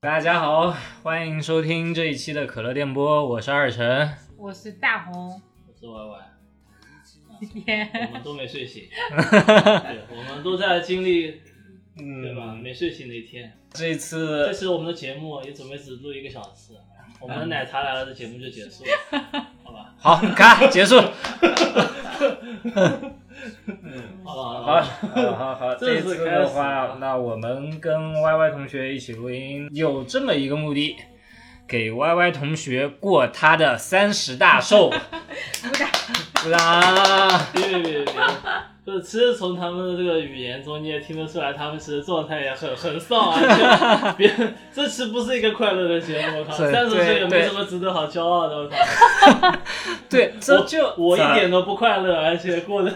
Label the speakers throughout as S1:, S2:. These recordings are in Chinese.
S1: 大家好，欢迎收听这一期的可乐电波，我是二晨。
S2: 我是大红，
S3: 我是歪歪，
S2: 耶
S3: 我们都没 睡醒，对，我们都在经历对吧？
S1: 嗯，
S3: 没睡醒的一天。
S1: 这
S3: 这
S1: 次
S3: 次我们的节目也准备只录一个小时，我
S1: 嗯
S3: 们的奶茶来了的节目就结束了，好吧？
S1: 好，咔，结束。
S3: 好了
S1: 好，
S3: 了，
S1: 好，好，好。这
S3: 正式
S1: 次
S3: 开
S1: 的
S3: 始
S1: 话
S3: 啊，
S1: 那我们跟 Y Y 同学一起录音，有这么一个目的，给 Y Y 同学过他的三十大寿。 鼓掌！
S3: 别别别别别，就是其实从他们的这个语言中你也听得出来，他们其实状态也很很丧 啊。就别，这期不是一个快乐的节目，我靠，
S1: 对
S3: 三十岁也
S1: 对
S3: 没什么值得好骄傲的，我靠，
S1: 对，这就
S3: 我我一点都不快乐，而 且过得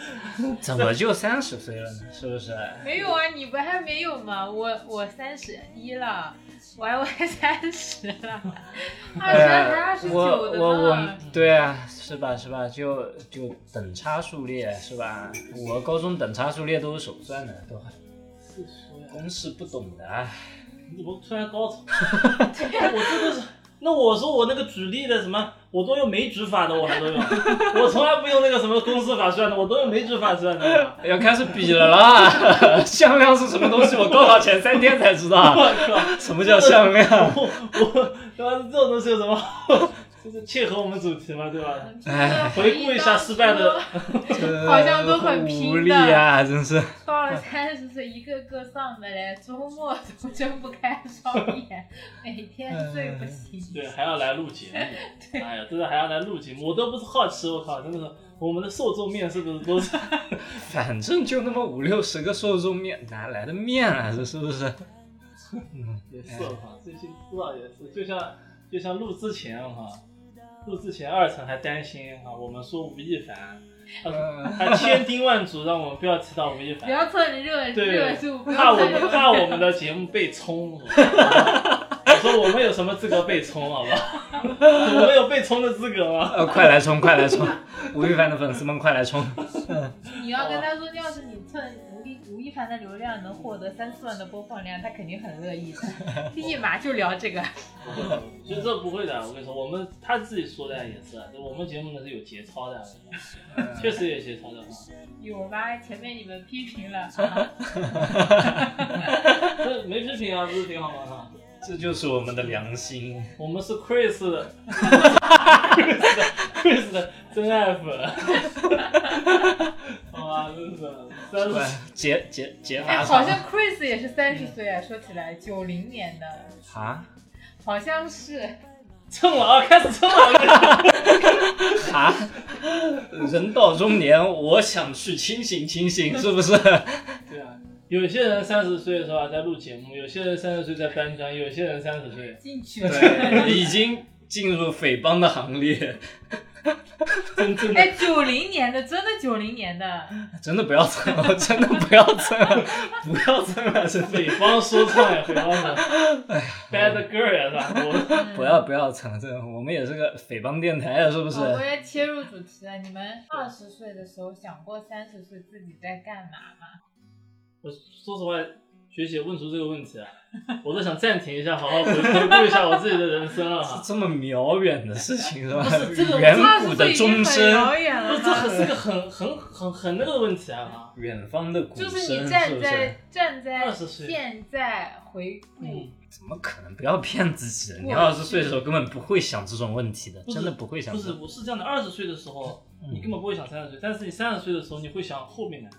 S1: 怎么就三十岁了呢？是不是？
S2: 没有啊，你不还没有吗？我我三十一了，我还我还三十 了，二十二不是二十九
S1: 哎我我
S2: 的
S1: 我
S2: 吗？，
S1: 对啊，是吧是吧？就就等差数列是吧？我高中等差数列都是手算的，都公式不懂的啊。
S3: 你怎么突然高潮？ 我这个是，那我说我那个举例的什么，我都用枚举法的，我还都用，我从来不用那个什么公式法算的，我都用枚举法 算的。
S1: 要开始比了啦！ 向量是什么东西？我高考前三天才知
S3: 我
S1: 道，啊
S3: 靠！
S1: 什么叫向量？
S3: 我我对吧？这种东西有什么 好？就是切合我们主题嘛，对吧？
S1: 哎，
S3: 回顾一下失败的，
S2: 好像都很
S1: 无
S2: 拼
S1: 力
S2: 的
S1: 啊，真是。
S2: 到了三十岁，一个个丧的嘞，周末都睁不开双眼，每
S1: 哎
S2: 天睡不醒。
S3: 对，还要来录节目。哎呀，真的还要来录节目，我都不是好奇，我靠，真的是我们的受众面是不是都是？
S1: 反正就那么五六十个受众面，哪来的面啊？这是不是？
S3: 也是哈，最近知道也是，就像就像录之前哈，录之前二层还担心哈，我们说吴亦凡，
S1: 嗯
S3: 他千叮万嘱让我们不要提到吴亦
S2: 不
S3: 凡，
S2: 要蹭热热
S3: 对
S2: 度，，不
S3: 怕
S2: 要
S3: 我
S2: 蹭
S3: 们
S2: 热
S3: 怕我们的节目被冲。我说我们有什么资格被冲？好吧，我们有被冲的资格吗？
S1: 呃，快来冲，快来冲！吴亦凡的粉丝们，快来冲！
S2: 你要跟他说，要是你蹭吴亦吴亦凡的流量能获得三四万的播放量，他肯定很乐意 的，立马就聊这个。
S3: 其实这不会的，我跟你说，我们他自己说的也是，啊我们节目呢是有节操的，确实有节操的。
S2: 有吧？前面你们批 评了，啊、
S3: 这没批评啊，不是挺好吗？
S1: 这就是我们的良心。
S3: 我们是 Chris 的 Chris 的 Chris 的真爱粉，哇，真是三
S1: 对
S3: 十，
S1: 解解解
S2: 哎，
S1: 法
S2: 好像 Chris 也是三
S1: 嗯
S2: 十岁啊，说起来九零年的，
S1: 啊
S2: 好像 是。
S3: 蹭了啊，开始蹭了，
S1: 啊！人到中年，我想去清醒清醒，是不是？
S3: 对啊。有些人三十岁的时候还在录节目，有些人三十岁在搬砖，有些人三十岁，
S2: 进去了，
S1: 对，已经进入匪帮的行列，
S3: 真正 的
S2: 哎，九零年的，真的九零年的，
S1: 真的不要蹭了， 真的不要蹭了，不要蹭了，真的
S3: 北方说唱呀，北方的 bad girl 呀，是吧？我
S1: 不要不要蹭了，真的，我们也是个匪帮电台啊，是不是？
S2: 哦我也切入主题了。你们二十岁的时候想过三十岁自己在干嘛吗？
S3: 我说实话，学姐问出这个问题啊，我都想暂停一下，好好回回顾一下我自己的人生了 哈。
S1: 这么渺远的事情是吧？
S3: 这个
S1: 远
S2: 二十
S1: 古
S2: 岁
S1: 的
S2: 已经
S1: 钟
S2: 很
S1: 声，
S2: 遥 远了
S3: 不，这
S2: 吗？
S3: 很是个很很很很那个问题啊！
S1: 远方的鼓
S2: 就
S1: 声，
S2: 是你
S1: 是
S2: 站
S1: 不
S2: 在
S1: 是？
S2: 站在
S3: 20岁嗯
S2: 现在回顾，
S1: 怎么可能？不要骗自己了！你
S2: 我
S1: 二十岁的时候根本不会想这种问题的，
S3: 不是
S1: 真的不会想
S3: 不
S1: 这
S3: 是，
S1: 种。
S3: 我是这样的，二十岁的时候你根本不会想三十岁，但是你三十岁的时候你会想后面的。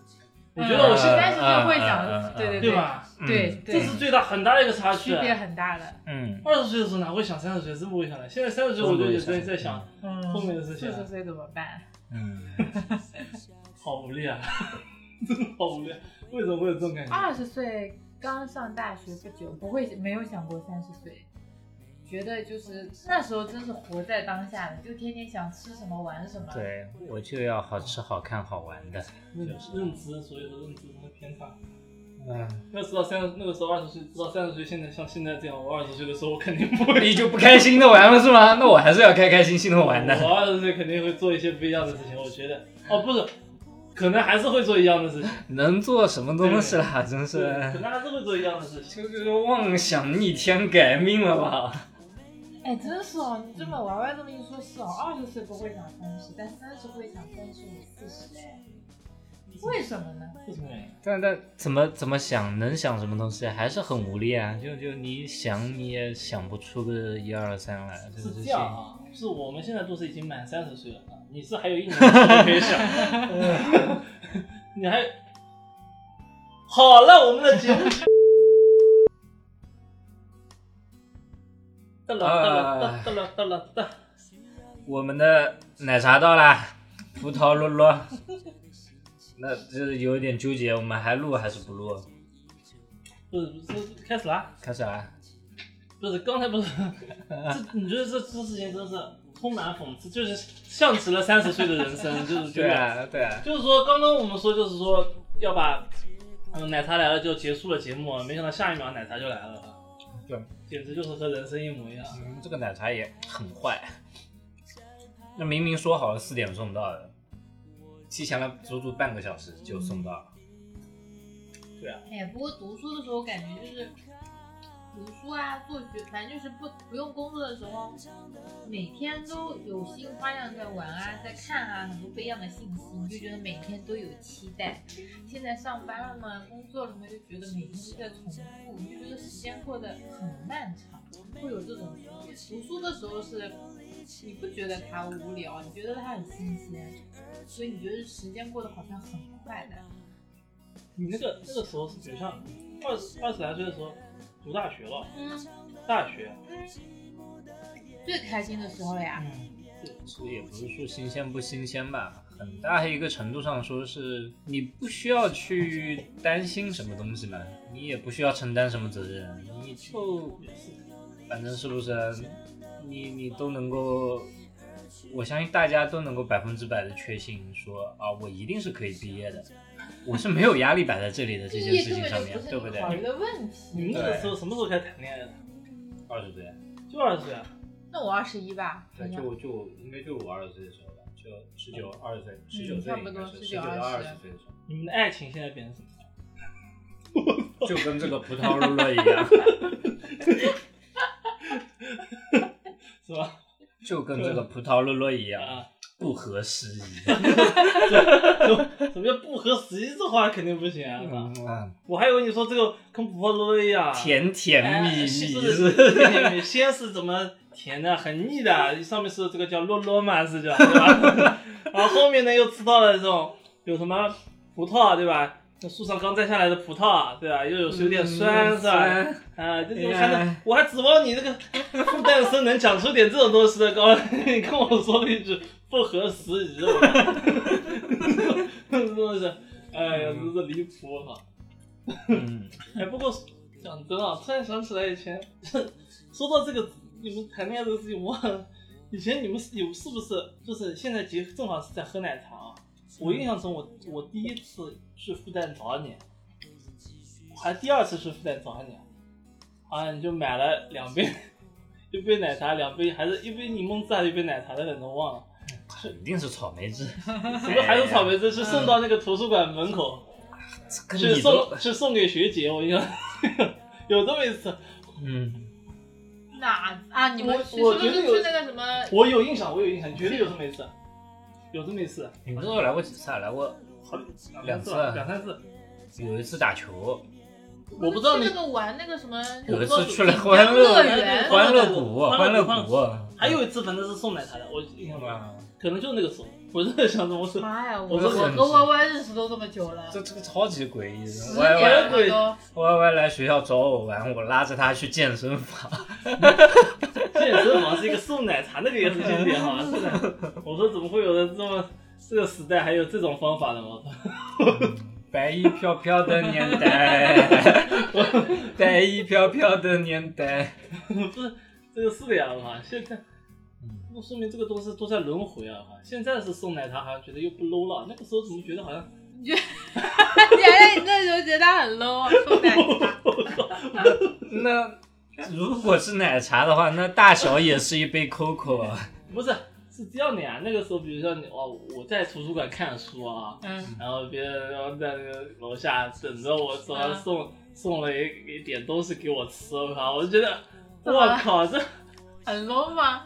S3: 我
S2: 嗯
S3: 觉得我现
S1: 在
S2: 三十岁会
S1: 嗯嗯嗯嗯
S2: 想，对
S3: 对
S2: 对，
S3: 吧？
S1: 嗯
S2: 对
S3: 这
S2: 对，
S3: 是最大很大的一个差距
S2: 区。别很大的。
S1: 嗯，
S3: 二十岁的时候哪会想三十岁，真不会想的。现在三十岁我就也在在想
S2: 嗯，
S3: 后面的事
S2: 四
S3: 情啊
S2: 十，岁怎么办？
S1: 嗯，
S3: 好无力啊， 真的好无力啊。为什么会有这种感觉？
S2: 二十岁刚上大学不久，不会没有想过三十岁，觉得就是那时候真是活在当下的，就天天想吃什么玩什么。
S1: 对，我就要好吃、好看、好玩的。
S3: 认认知，所以说认知真的偏差。
S1: 嗯，
S3: 要知道三那个时候二十岁，知道三十岁，现在像现在这样，我二十岁的时候我肯定不会
S1: 你就不开心的玩了是吗？那我还是要开开心心的玩的。
S3: 我二十岁肯定会做一些不一样的事情，我觉得。哦，不是，可能还是会做一样的事情，
S1: 能做什么东西啦？真是，
S3: 对可能还是会做一样的事情。
S1: 这就是妄想逆天改命了吧？
S2: 哎，真是哦，你这么玩玩这么一说，是哦，二十岁不会想三十，但三十会想三十五、四十，哎，为什么呢？
S3: 为什么呀？
S1: 但但怎么怎么想，能想什么东西？还是很无力啊！就就你想，你也想不出个一二三来，这
S3: 是
S1: 个事
S3: 这
S1: 情
S3: 样。啊，是我们现在都是已经满三十岁了啊，你是还有一年的时间可以想，嗯你还好了，我们的节目。到了到了到了到了到了，
S1: 我们的奶茶到啦，葡萄洛洛。那这有点纠结，我们还录还是不录？
S3: 不是不是开始啦？
S1: 开始啊啦！
S3: 不是刚才不是， 这你觉得这这事情真是充满讽刺，就是像极了三十岁的人生，就是觉
S1: 对
S3: 得。
S1: 啊，对啊，
S3: 就是说，刚刚我们说，就是说要把，嗯，奶茶来了就结束了节目，啊没想到下一秒奶茶就来了，啊
S1: 对，
S3: 简直就是和人生一模一样。
S1: 你们嗯这个奶茶也很坏。那明明说好了四点送到的，提前了足足半个小时就送到了。
S2: 哎，不过读书的时候感觉就是读书啊，做学，反正就是不不用工作的时候，每天都有新花样在玩啊，在看啊，很多不一样的信息，你就觉得每天都有期待。现在上班了嘛，工作了嘛，就觉得每天都在重复，你就觉得时间过得很漫长，会有这种感觉。读书的时候是。你不觉得它无聊，你觉得它很新鲜，所以你觉得时间过得好像很快的。
S3: 你那个那个时候是，比如像二十二十来岁的时候读大学了，
S2: 嗯，
S3: 大学，
S2: 最开心的时候了呀。
S1: 嗯所以也不是说新鲜不新鲜吧，很大一个程度上说是你不需要去担心什么东西嘛，你也不需要承担什么责任，你就
S3: 也是，
S1: 反正是不是你你都能够，我相信大家都能够百分之百的确信说啊，我一定是可以毕业 的，我是没有压力摆在这里的这
S2: 毕
S1: 件
S2: 业
S1: 事
S2: 根
S1: 情
S2: 本
S1: 上
S2: 就
S1: 面
S2: 不，是
S1: 对不
S2: 你
S1: 对？
S2: 考虑的问
S3: 你
S2: 题。
S3: 们那个时候什么时候开始谈恋爱的？
S1: 二十岁，
S3: 就二十岁啊，
S2: 那我二十一吧，
S1: 对，
S2: 好像
S1: 就就应该就是我二十岁的时候吧，就十九二十岁，十九岁
S2: 差不
S1: 应该
S2: 多
S1: 是十
S2: 19
S1: 九到二十
S2: 20
S1: 岁的时候。
S3: 你们的爱情现在变成什么样？
S1: 就跟这个葡萄露露一 样，
S3: 是吧？
S1: 就跟这个葡萄露露一样，
S3: 啊，
S1: 不合时宜。
S3: 什么叫不合时宜？这话肯定不行啊！
S1: 嗯，
S3: 我还以为你说这个跟婆罗一样，
S1: 甜甜蜜
S3: 哎
S1: 蜜
S3: 是
S1: 是
S3: 是甜甜蜜，先是怎么甜的，很腻的，上面是这个叫洛洛嘛，是叫，对吧？然后后面呢又吃到了这种有什么葡萄，对吧？那树上刚摘下来的葡萄，对吧？又有有点酸，是吧？
S1: 嗯
S3: 啊，这
S1: 哎
S3: 种
S1: 呀
S3: 还能，我还指望你这个复旦生能讲出点这种东西的，高，你跟我说了一句不合时宜，我 真的是，哎呀，真是离谱啊哈、
S1: 嗯，
S3: 哎，不过讲真啊，突然想起来以前， 说到这个你们谈恋爱这个事情，我很以前你们是有是不是就是现在结正好是在喝奶茶啊？我印象中我我第一次去复旦找你，还第二次去复旦找你，啊，你就买了两杯， 一杯奶茶，两杯还是一杯柠檬汁，还是一杯奶茶的，反正忘了。
S1: 肯定是草 莓汁，
S3: 怎
S1: 哎
S3: 么还有草莓汁？是送到那个图书馆门口。
S1: 这跟
S3: 哎是
S1: 嗯你都
S3: 送是送给学姐，我印象 有这么一次，
S1: 嗯，
S2: 哪啊？你们去
S3: 我
S2: 是不是
S3: 我觉得有
S2: 去那个什么？
S3: 我有印象，我有印象，绝对有这么一次，有这么一次，
S1: 你们这都来过几次啊？来过
S3: 好
S1: 两
S3: 次
S1: 次啊
S3: 吧，两三次，啊
S1: 有一次打球，
S3: 我不知道
S2: 去
S3: 那
S2: 那个玩那个什么？
S1: 有一次去了欢乐
S2: 欢乐
S3: 哎
S2: 园
S1: 欢乐谷，
S3: 欢
S1: 欢
S3: 乐
S1: 乐
S3: 谷
S1: 谷，
S3: 还有一次反正是送奶茶的，我印象
S1: 是
S3: 中，
S1: 吧？
S3: 可能就那个时候，我真的想着我是
S2: 妈呀！我
S3: 我都
S2: 我
S1: 很
S2: 和 Y Y 认识都这么久了，
S1: 这这个超级诡异
S2: 十
S1: 的，
S2: 年
S1: 歪
S3: 年
S1: 歪
S2: 了
S3: 了鬼
S2: 都。
S1: 歪歪来学校找我玩，我拉着他去健身房，
S3: 健身房是一个送奶茶那个也是经典哈，是的，我说怎么会有人这么这个时代还有这种方法的我操，
S1: 白衣飘飘的年 代，白衣飘飘的年代。
S3: 不是这个是的呀，我靠，现在。那嗯说明这个东西都在轮回啊！哈现在是送奶茶，好像觉得又不 low 了。那个时候怎么觉得好像
S2: 原来你那时候觉得他很 low，啊送奶茶。
S1: 那如果是奶茶的话，那大小也是一杯 COCO 啊。
S3: 不是，是第二年啊，那个时候，比如说你哦，我在图书馆看书啊，
S2: 嗯
S3: 然后别人然后在那个楼下等着我，说
S2: 啊
S3: 送送了一一点东西给我吃，我靠，我就觉得，
S2: 怎么
S3: 我
S2: 了
S3: 靠，这
S2: 很 low 吗？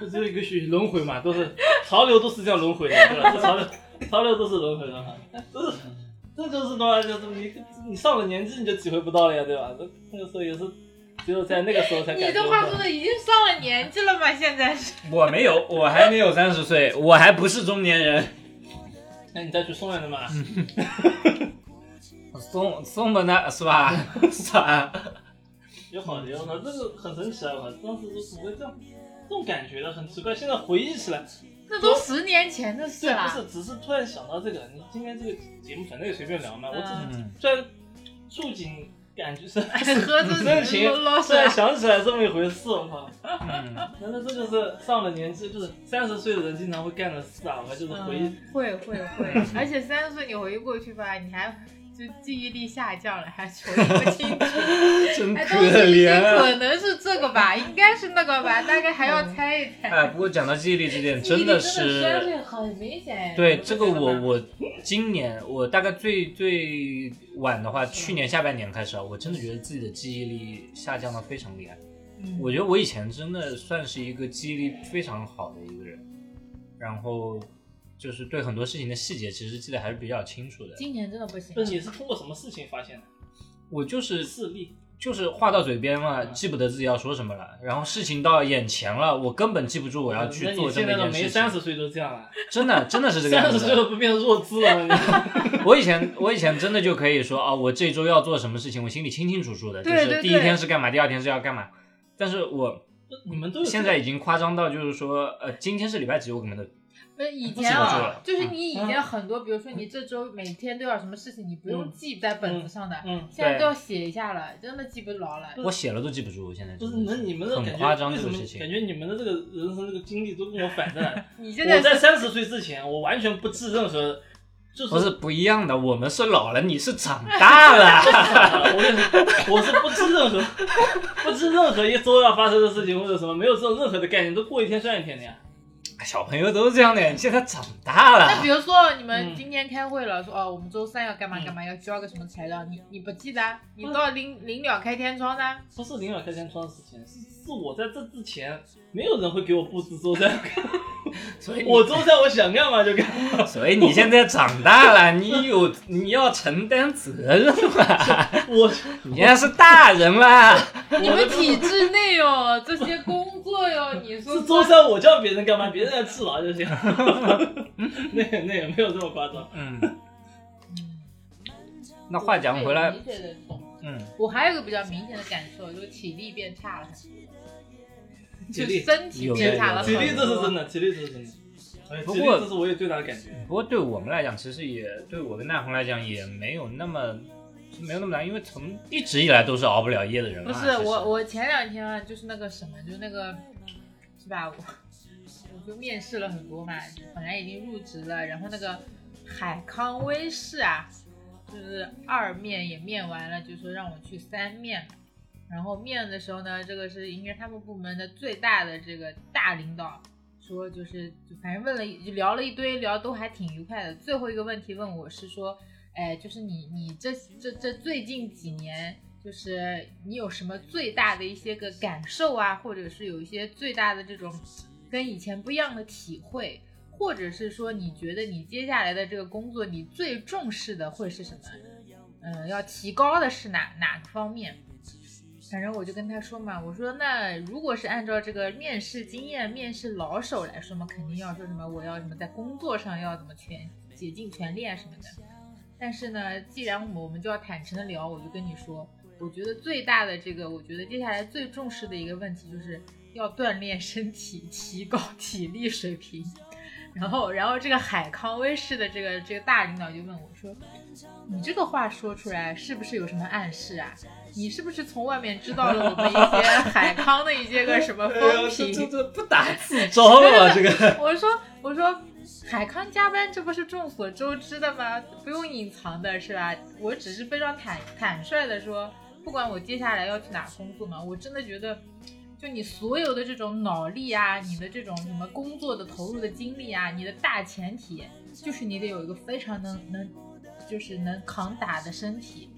S3: 这只有一个学轮回嘛，都是潮流都是这样轮回的，对吧？这潮流潮流都是轮回的嘛，这是
S2: 嗯
S3: 这就是多少就是你你上了年纪你就体会不到了呀，对吧？这那个时候也是只有在那个时候才
S2: 你
S3: 感
S2: 这
S3: 受
S2: 话
S3: 到
S2: 说。的已经上了年纪了吧？现在是
S1: 我没有，我还没有三十岁，我还不是中年人。
S3: 那你再去送人的嘛？
S1: 送送的呢是吧？ 算，
S3: 有好的，有好的，这个很神奇啊！我当时是怎么会这样这种感觉的，很奇怪。现在回忆起来，
S2: 那都十年前的事
S3: 对，不
S2: 了。
S3: 是，只是突然想到这个。你今天这个节目反正也随便聊嘛，我只是
S1: 嗯，
S3: 突然触景感觉是
S2: 喝着
S3: 深情
S2: 搂搂，
S3: 突
S2: 水
S3: 然想起来这么一回事，我靠！
S1: 嗯
S3: 难道这就是上了年纪，就是三十岁的人经常会干的事啊？我就是回忆，
S2: 嗯会会会， 而且三十岁你回忆过去吧，你还就记忆力下降了，还回忆不清 楚，
S1: 真
S2: 哎，
S1: 可
S2: 都是一些
S1: 怜。啊
S2: 可能是这个吧，应该是那个吧，大概还要猜一猜。
S1: 哎，不过讲到记忆力这点，
S2: 记忆力
S1: 真
S2: 的
S1: 的
S2: 衰
S1: 是
S2: 退很明显。
S1: 对
S2: 你不啊
S1: 这个
S2: 觉得
S1: 我
S2: 吗
S1: 我今年我大概最最晚的话，去年下半年开始啊，我真的觉得自己的记忆力下降的非常厉害。
S2: 嗯
S1: 我觉得我以前真的算是一个记忆力非常好的一个人，然后就是对很多事情的细节其实记得还是比较清楚的。
S2: 今年真的不行
S3: 就，是你是通过什么事情发现的？
S1: 我就是
S3: 事例，
S1: 就是话到嘴边了，
S3: 嗯
S1: 记不得自己要说什么了，然后事情到眼前了，我根本记不住我要去
S3: 嗯那
S1: 做
S3: 你
S1: 这
S3: 现
S1: 么
S3: 在
S1: 一
S3: 都
S1: 件
S3: 没
S1: 事
S3: 三十
S1: 情。
S3: 岁都这样了，
S1: 真的真的是这个
S3: 三
S1: 样
S3: 十
S1: 子
S3: 岁
S1: 的。
S3: 都不变成弱智了吗？ 你
S1: 我以前我以前真的就可以说啊，我这周要做什么事情，我心里清清楚楚的，就
S2: 对对
S1: 是第一
S2: 对
S1: 天是干嘛，第二天是要干嘛。但是我
S3: 你们都有这
S1: 现在已经夸张到就是说，呃，今天是礼拜几，我可能都
S2: 不是以前
S1: 不记不住
S2: 啊
S1: 了，嗯
S2: 就是你以前很多，比如说你这周每天都有什么事情，你不用
S3: 嗯
S2: 记在本子上的，
S3: 嗯，
S2: 现在都要写一下了，真的记不牢了。
S1: 我写了都记不住，我现在
S3: 不
S1: 真
S3: 是
S1: 的
S3: 嗯那你们的
S1: 很
S3: 感
S1: 夸
S3: 觉
S1: 张
S3: 为
S1: 这
S3: 什
S1: 个
S3: 么
S1: 事情
S3: 感觉你们的这个人生这个经历都跟我反着来？
S2: 你现
S3: 我
S2: 在
S3: 在三十岁之前，我完全不记任何，就是
S1: 不是不一样的，我们是老了，你是长大 了。
S3: 啊我是我是不知任何 不知任何一周要发生的事情或者什么，没有这种任何的概念，都过一天算一天的呀。
S1: 哎小朋友都是这样的，你现在长大
S2: 那
S1: 了
S2: 比。如说你
S3: 嗯
S2: 们今天开会了，说哦，我们周三要干嘛
S3: 嗯
S2: 干嘛，要交个什么材料，你你不记得啊，你都要临临了开天窗的。啊
S3: 不是领导开天窗的事情，是是我在这之前，没有人会给我布置周三，
S1: 所以你
S3: 我周三我想干嘛就干嘛。
S1: 所以你现在长大 了，你有你要承担责任了，
S3: 我
S1: 你现在是大人 了。
S2: 你们体制内哟，这些工作 哟，你说
S3: 是周三我叫别人干嘛，别人来治牢就行。 那个那个没有这么夸张。
S1: 嗯，
S3: 嗯
S1: 那话讲回
S2: 对
S1: 来，
S2: 明显的懂
S1: 嗯，
S2: 我还有一个比较明显的感受，就是体力变差了，
S3: 体
S2: 就
S3: 力
S2: 身体变差了。
S1: 有
S3: 体
S1: 的有的
S3: 力这是真的，体力这是真的。哎
S1: 不
S3: 体力
S1: 过
S3: 这是我有最大的感觉。
S1: 不过对我们来讲，其实也对我跟奈红来讲也没有那么没有那么难，因为从一直以来都是熬不了夜的人嘛。
S2: 不
S1: 其
S2: 啊是
S1: 实
S2: 我，我前两天啊，就是那个什么，就是那个，是吧？我我就面试了很多嘛，本来已经入职了，然后那个海康威视啊，就是二面也面完了，就说让我去三面嘛。然后面的时候呢，这个是应该他们部门的最大的这个大领导说，就是就反正问了一就聊了一堆，聊都还挺愉快的。最后一个问题问我是说，哎，就是你你这这这最近几年，就是你有什么最大的一些个感受啊，或者是有一些最大的这种跟以前不一样的体会，或者是说你觉得你接下来的这个工作你最重视的会是什么？嗯，要提高的是哪哪个方面？反正我就跟他说嘛，我说那如果是按照这个面试经验、面试老手来说嘛，肯定要说什么我要什么在工作上要怎么全竭尽全力啊什么的。但是呢，既然我们我们就要坦诚的聊，我就跟你说，我觉得最大的这个，我觉得接下来最重视的一个问题就是要锻炼身体，提高体力水平。 然后，然后这个海康威视的这个这个大领导就问我说：“你这个话说出来是不是有什么暗示啊？你是不是从外面知道了我们一些海康的一些个什么
S1: 哎
S2: 风
S1: 呀这
S2: 评？”
S1: 这这不打自招了吧，这个。
S2: 我说我说，海康加班这不是众所周知的吗？不用隐藏的是吧？我只是非常坦坦率的说，不管我接下来要去哪儿工作嘛，我真的觉得，就你所有的这种脑力啊，你的这种什么工作的投入的精力啊，你的大前提就是你得有一个非常能能，就是能扛打的身体，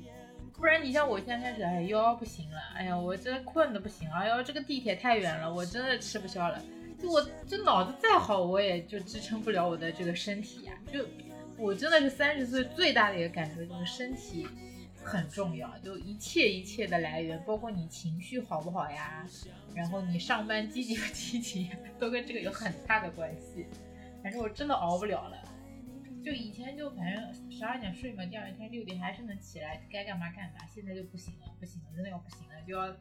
S2: 不然你像我现在开始，哎腰不行了，哎呀我这困的不行了，哎呦这个地铁太远了，我真的吃不消了，就我这脑子再好，我也就支撑不了我的这个身体呀、就我真的是三十岁最大的一个感受就是身体很重要，就一切一切的来源，包括你情绪好不好呀，然后你上班积极不积极，都跟这个有很大的关系。反正我真的熬不了了，就以前就反正十二点睡嘛，第二天六点还是能起来，该干嘛干嘛。现在就不行了，不行了，真的要不行了，就要。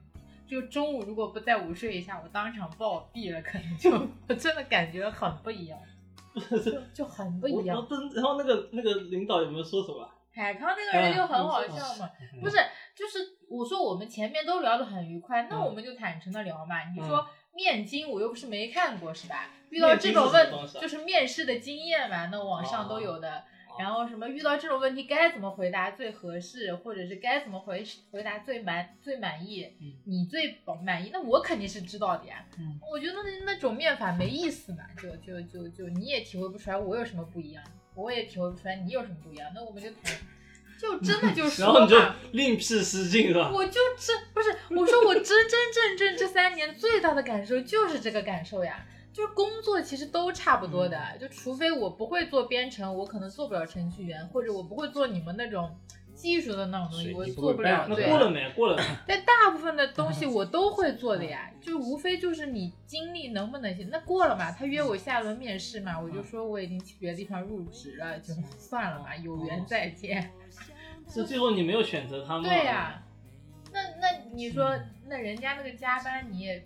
S2: 就中午如果不再午睡一下，我当场暴毙了，可能就 我真的感觉很不一样，就就很不
S3: 我
S2: 一样
S3: 我。真，然后那个那个领导有没有说什么？啊
S2: 海康那个人就很好笑嘛，
S1: 嗯
S2: 不是，就是我说我们前面都聊得很愉快，那
S3: 嗯
S2: 我们就坦诚的聊嘛。你
S3: 嗯
S2: 说面经我又不是没看过是吧？遇到
S3: 面
S2: 这
S3: 经
S2: 种
S3: 是
S2: 问
S3: 什么东西啊哦
S2: 就是面试的经验嘛，那网上都有的。然后什么遇到这种问题该怎么回答最合适，或者是该怎么回回答最满最满意，
S3: 嗯
S2: 你最满意，那我肯定是知道的呀。
S3: 嗯
S2: 我觉得那那种面法没意思嘛，就就就就你也体会不出来我有什么不一样，我也体会不出来你有什么不一样，那我们就谈，就真的 就
S3: 然
S2: 说
S3: 后
S2: 啊
S3: 你就
S2: 嘛。
S3: 另辟蹊径是 吧？
S2: 我就真不是，我说我真真正正这三年最大的感受就是这个感受呀，就是工作其实都差不多的，
S3: 嗯
S2: 就除非我不会做编程，我可能做不了程序员，或者我不会做你们那种技术的那种东西，
S1: 水
S2: 我
S1: 泥不
S2: 做
S1: 会
S2: 了。
S1: 拌
S3: 那
S2: 对，
S3: 过了没？过了没？
S2: 但大部分的东西我都会做的呀，就无非就是你精力能不能行。那过了嘛，他约我下轮面试嘛，我就说我已经去别的地方入职了，就算了嘛，有缘再见。
S3: 是最后你没有选择他们。
S2: 对呀、那那你说，那人家那个加班你也。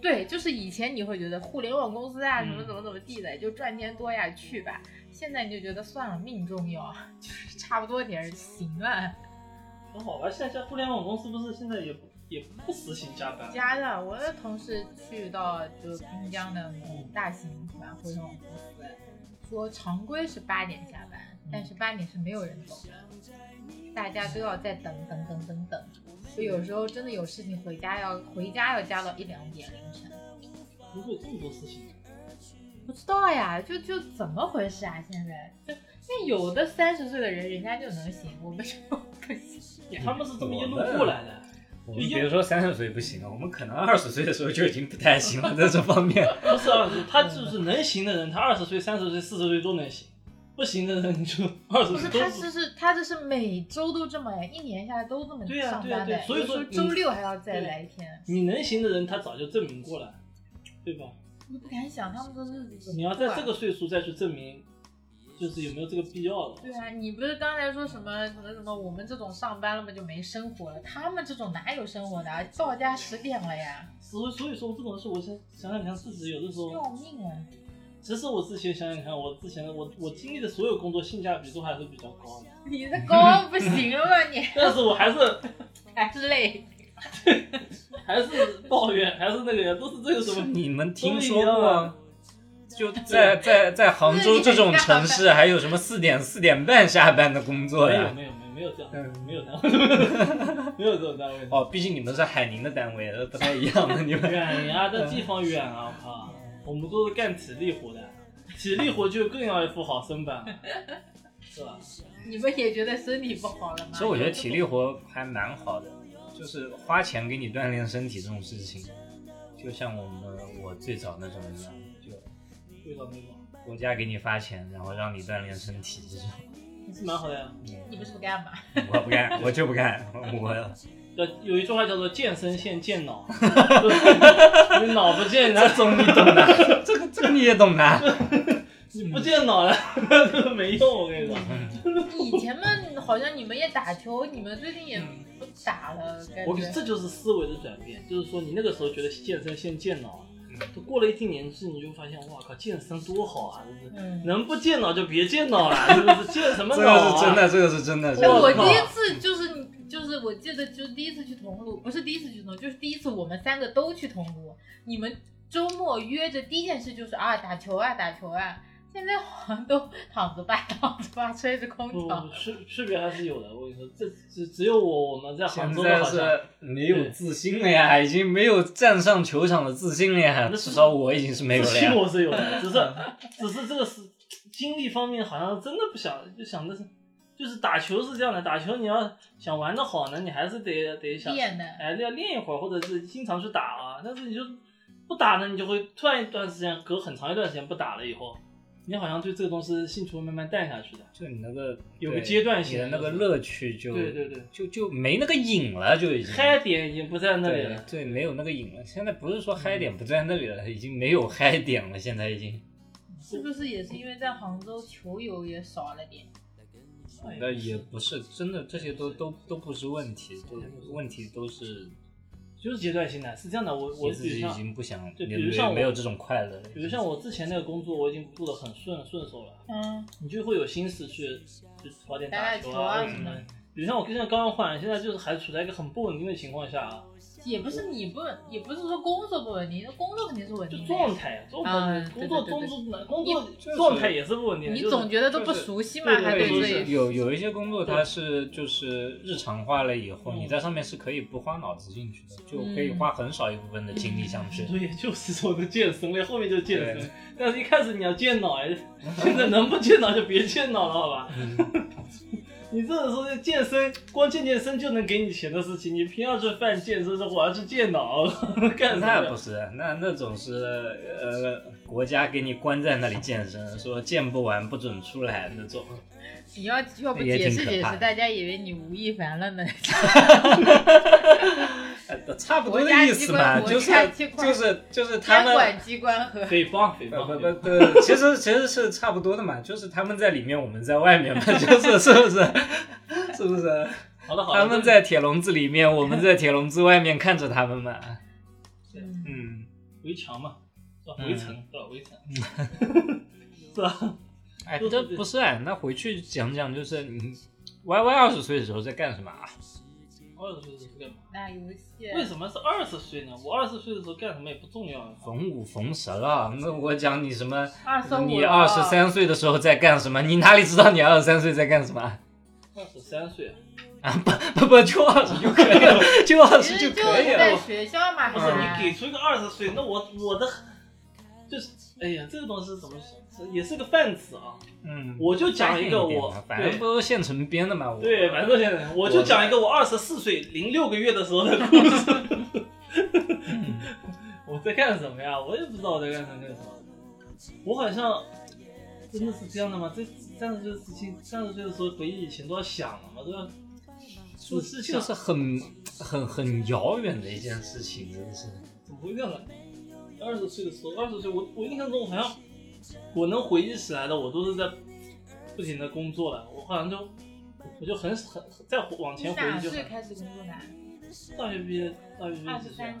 S2: 对，就是以前你会觉得互联网公司啊，
S3: 嗯
S2: 怎么怎么怎么地的，就赚钱多呀，去吧。现在你就觉得算了，命重要， 就是差不多点儿行了。
S3: 很好玩。现在互联网公司不是现在也不也不实行加班？
S2: 家的，我的同事去到就滨江的大型团互联网公司，说常规是八点下班，但是八点是没有人走的，大家都要再等等等等等，就有时候真的有事情回家要回家要加到一两点凌晨，
S3: 如果有这么多事情，
S2: 不知道呀，就就怎么回事啊？现在就那有的三十岁的人人家就能行，我们就不行。
S3: 他们是这么一路过来的。
S1: 我们别说三十岁不行了，啊我们可能二十岁的时候就已经不太行 了，在这方面。
S3: 不是二十，他就是能行的人，他二十岁、三十岁、四十岁都能行；不行的人 就二
S2: 不
S3: 十
S2: 是，
S3: 岁
S2: 他
S3: 都
S2: 这是他这是每周都这么呀，一年下来都这么
S3: 对呀啊
S2: 上
S3: 对呀
S2: 班的，
S3: 对呀所以
S2: 有
S3: 说
S2: 时候
S3: 你
S2: 周六还要再来一天，
S3: 你能行的人，他早就证明过了，对吧？
S2: 你不敢想他们的日子怎么过啊。
S3: 你要在这个岁数再去证明，就是有没有这个必要了。
S2: 对啊，你不是刚才说什么什么什么，我们这种上班了嘛就没生活了，他们这种哪有生活的啊？到家十点了呀，
S3: 所以所以说这种事，我想想想看，自己有的时候，
S2: 要命啊！
S3: 其实我之前想想看，我之前我我经历的所有工作性价比都还是比较高的，
S2: 你这 高不行了吧？你
S3: 但是我还是
S2: 还是累。
S3: 还是抱怨，还是那个呀，都是这个什么。
S1: 你们听说过？啊就在在在杭州这种城市，还有什么四点四点半下班的工作
S3: 没有
S1: 呀？
S3: 没有没有没有这样，
S1: 嗯
S3: 没有单位， 没有这种单位。
S1: 哦，毕竟你们是海宁的单位，呃不太一样 的。你们
S3: 远呀，这地方远啊，我靠！我们都是干体力活的，体力活就更要一副好身板了，是吧？
S2: 你们也觉得身体不好了吗？
S1: 其实我觉得体力活还蛮好的，就是花钱给你锻炼身体这种事情，就像我们我最早那种一样，就
S3: 味道没种，
S1: 国家给你发钱，然后让你锻炼身体这种。
S3: 也是蛮好的呀。
S2: 你不是不干嘛？
S1: 我不干，我就不干， 我
S3: 要有一句话叫做“健身先健脑”，就是你脑不健，然后总你懂的，
S1: 这个这个你也懂 的。
S3: 你不健脑 了没用，我跟你说。
S1: 嗯
S2: 以前嘛，好像你们也打球，你们最近也
S3: 嗯
S2: 不打了，感
S3: 我
S2: 觉。
S3: 这就是思维的转变，就是说你那个时候觉得健身先健脑
S1: 嗯，
S3: 就过了一定年纪，你就发现，哇靠，健身多好啊！就是
S2: 嗯
S3: 能不健脑就别健脑了，是不是？ 健什么
S1: 这
S3: 脑
S1: 个
S3: 啊？
S1: 是真的，这个是真的。
S2: 哎，
S1: 这
S2: 我
S1: 个
S2: 第一次就是你，就是我记得就是第一次去桐庐，不是第一次去桐庐，就是第一次我们三个都去桐庐。你们周末约着第一件事就是啊打球啊打球啊，现在好像都躺着吧，躺着吧，吹着空
S3: 不
S2: 调。
S3: 区区别还是有的。我跟你说，这只只有我我们在杭
S1: 现
S3: 州的
S1: 在
S3: 好像，
S1: 是没有自信了呀，已经没有站上球场的自信了呀，
S3: 那
S1: 至
S3: 是
S1: 少我已经是没有了
S3: 自信
S1: 呀。
S3: 我是有 的，只是只是这个是精力方面好像真的不想，就想的是就是打球是这样的，打球你要想玩的好呢，你还是得得想
S2: 练的，
S3: 哎，要练一会儿，或者是经常去打啊。但是你就不打呢，你就会突然一段时间，隔很长一段时间不打了以后，你好像对这个东西兴趣会慢慢淡下去的。
S1: 就你那个
S3: 有个
S1: 对
S3: 阶段
S1: 你
S3: 性
S1: 的那个
S3: 就是
S1: 乐趣就
S3: 对对对，
S1: 就就没那个瘾了，就已经。
S3: 嗨点已经不在那里
S1: 对
S3: 了。嗯
S1: 对，没有那个瘾了。现在不是说嗨点不在那里了，已经没有嗨点了。现在已经，
S2: 是不是也是因为在杭州球友也少了点？
S3: 哎嗯
S1: 那也不是真的，这些都都都不是问题，都问题都是
S3: 就是阶段性的，是这样的。我
S1: 你
S3: 我
S1: 自
S3: 比
S1: 己
S3: 如
S1: 已
S3: 像，
S1: 经不想，
S3: 就
S1: 也
S3: 比如
S1: 没
S3: 像
S1: 有
S3: 我
S1: 没有这种快乐了。
S3: 比如像我之前那个工作，我已经做的很顺顺手了，
S2: 嗯，
S3: 你就会有心思去去搞点
S2: 打
S3: 打
S2: 打
S3: 球
S2: 球啊
S3: 什
S1: 什
S3: 么
S1: 么
S3: 的
S1: 的。
S3: 比如像我现在刚刚换，现在就是还处在一个很不稳定的情况下啊，
S2: 也不是你不，也不是说工作不稳定，工作肯定是稳
S3: 就
S2: 定的
S3: 状
S2: 呀。
S3: 态，状
S2: 啊
S3: 态，工
S2: 对
S3: 作
S2: 对对
S3: 工作工作
S1: 就是
S3: 状态也是不稳定的。
S2: 你
S3: 就是
S2: 总觉得都不熟悉嘛，
S3: 就是
S2: 还对
S3: 对对
S2: 这
S3: 对
S2: 一
S1: 有有一些工作，它是就是日常化了以后，
S3: 嗯
S1: 你在上面是可以不花脑子进去的，就可
S2: 嗯
S1: 以花很少一部分的精力上去。
S3: 所以就是说的健身类，后面就是健身。 但是一开始你要健脑哎，现在能不健脑就别健脑了，好吧？你这种说健身，光健健身就能给你钱的事情，你偏要去犯健身说我要去健脑，
S2: 嗯
S3: 干什么
S1: 那不
S3: 呀？
S1: 是，那那种是呃，国家给你关在那里健身，说健不完不准出来那种。
S2: 你要要不
S1: 也
S2: 解
S1: 挺
S2: 释
S1: 可
S2: 解
S1: 怕
S2: 释，
S1: 的
S2: 大家以为你吴亦凡了呢。
S1: 呃，差不多的意思嘛，
S2: 国
S1: 就是
S2: 家机关
S1: 就
S2: 国家机关
S1: 是就是他
S2: 监
S1: 们呃
S2: 管机关和
S3: 诽谤，诽
S1: 不不
S3: 谤，
S1: 不不，其实其实是差不多的嘛，就是他们在里面，我们在外面嘛， 就是是不是？ 是不是？
S3: 好了好了，
S1: 他们在铁笼子里面，我们在铁笼子外面看着他们嘛。
S2: 嗯
S1: 嗯，
S3: 围墙嘛，是吧？
S1: 嗯
S3: 围城，是吧？围城，是吧？
S1: 哎，
S3: 对
S1: 这
S3: 对对
S1: 不是啊，那回去讲讲，就是你 Y Y 二十岁的时候在干什么啊？
S3: 二十岁的时候干嘛？
S2: 打游戏，
S3: 为什么是二十岁呢？我二十岁的时候干什么也不重要啊。
S1: 逢五逢十了，那我讲你什么？
S2: 二十五
S1: 你
S2: 了
S1: 二十，三岁的时候在干什么？你哪里知道你二十三岁在干什么 啊？
S3: 二十三岁啊，
S1: 不不，就二 十就可以了，就二
S2: 其
S1: 十
S2: 实
S1: 就
S2: 就
S1: 可以
S2: 是在
S1: 了。
S2: 学校嘛，
S3: 不是
S2: 还
S3: 你给出一个二十岁，那我我的就是，哎呀，这个东西是怎么想也是个泛词啊。
S1: 嗯，
S3: 我就讲一个
S1: 点
S3: 我
S1: 嘛，反正不都现成编的嘛。我
S3: 对，反正现在我就讲一个我二十四岁零六个月的时候的故事。 我在干什么呀？我也不知道我在干什么干什么。我好像真的是这样的吗？这三十岁的事情，三十岁的时候回忆以前都要想了嘛，都要
S1: 就
S3: 做
S1: 是
S3: 事
S1: 就
S3: 情，
S1: 是很很很遥远的一件事情，真的是。
S3: 怎么会这样呢？二十岁的时候，二十岁，我我印象中我好像我能回忆起来的，我都是在不停的工作了，我好像就我就很很再往
S2: 你
S3: 前回
S2: 哪
S3: 忆就
S2: 岁
S3: 很
S2: 开始工作的啊？
S3: 大学毕业，大学毕业
S2: 二
S3: 之
S2: 十三
S3: 前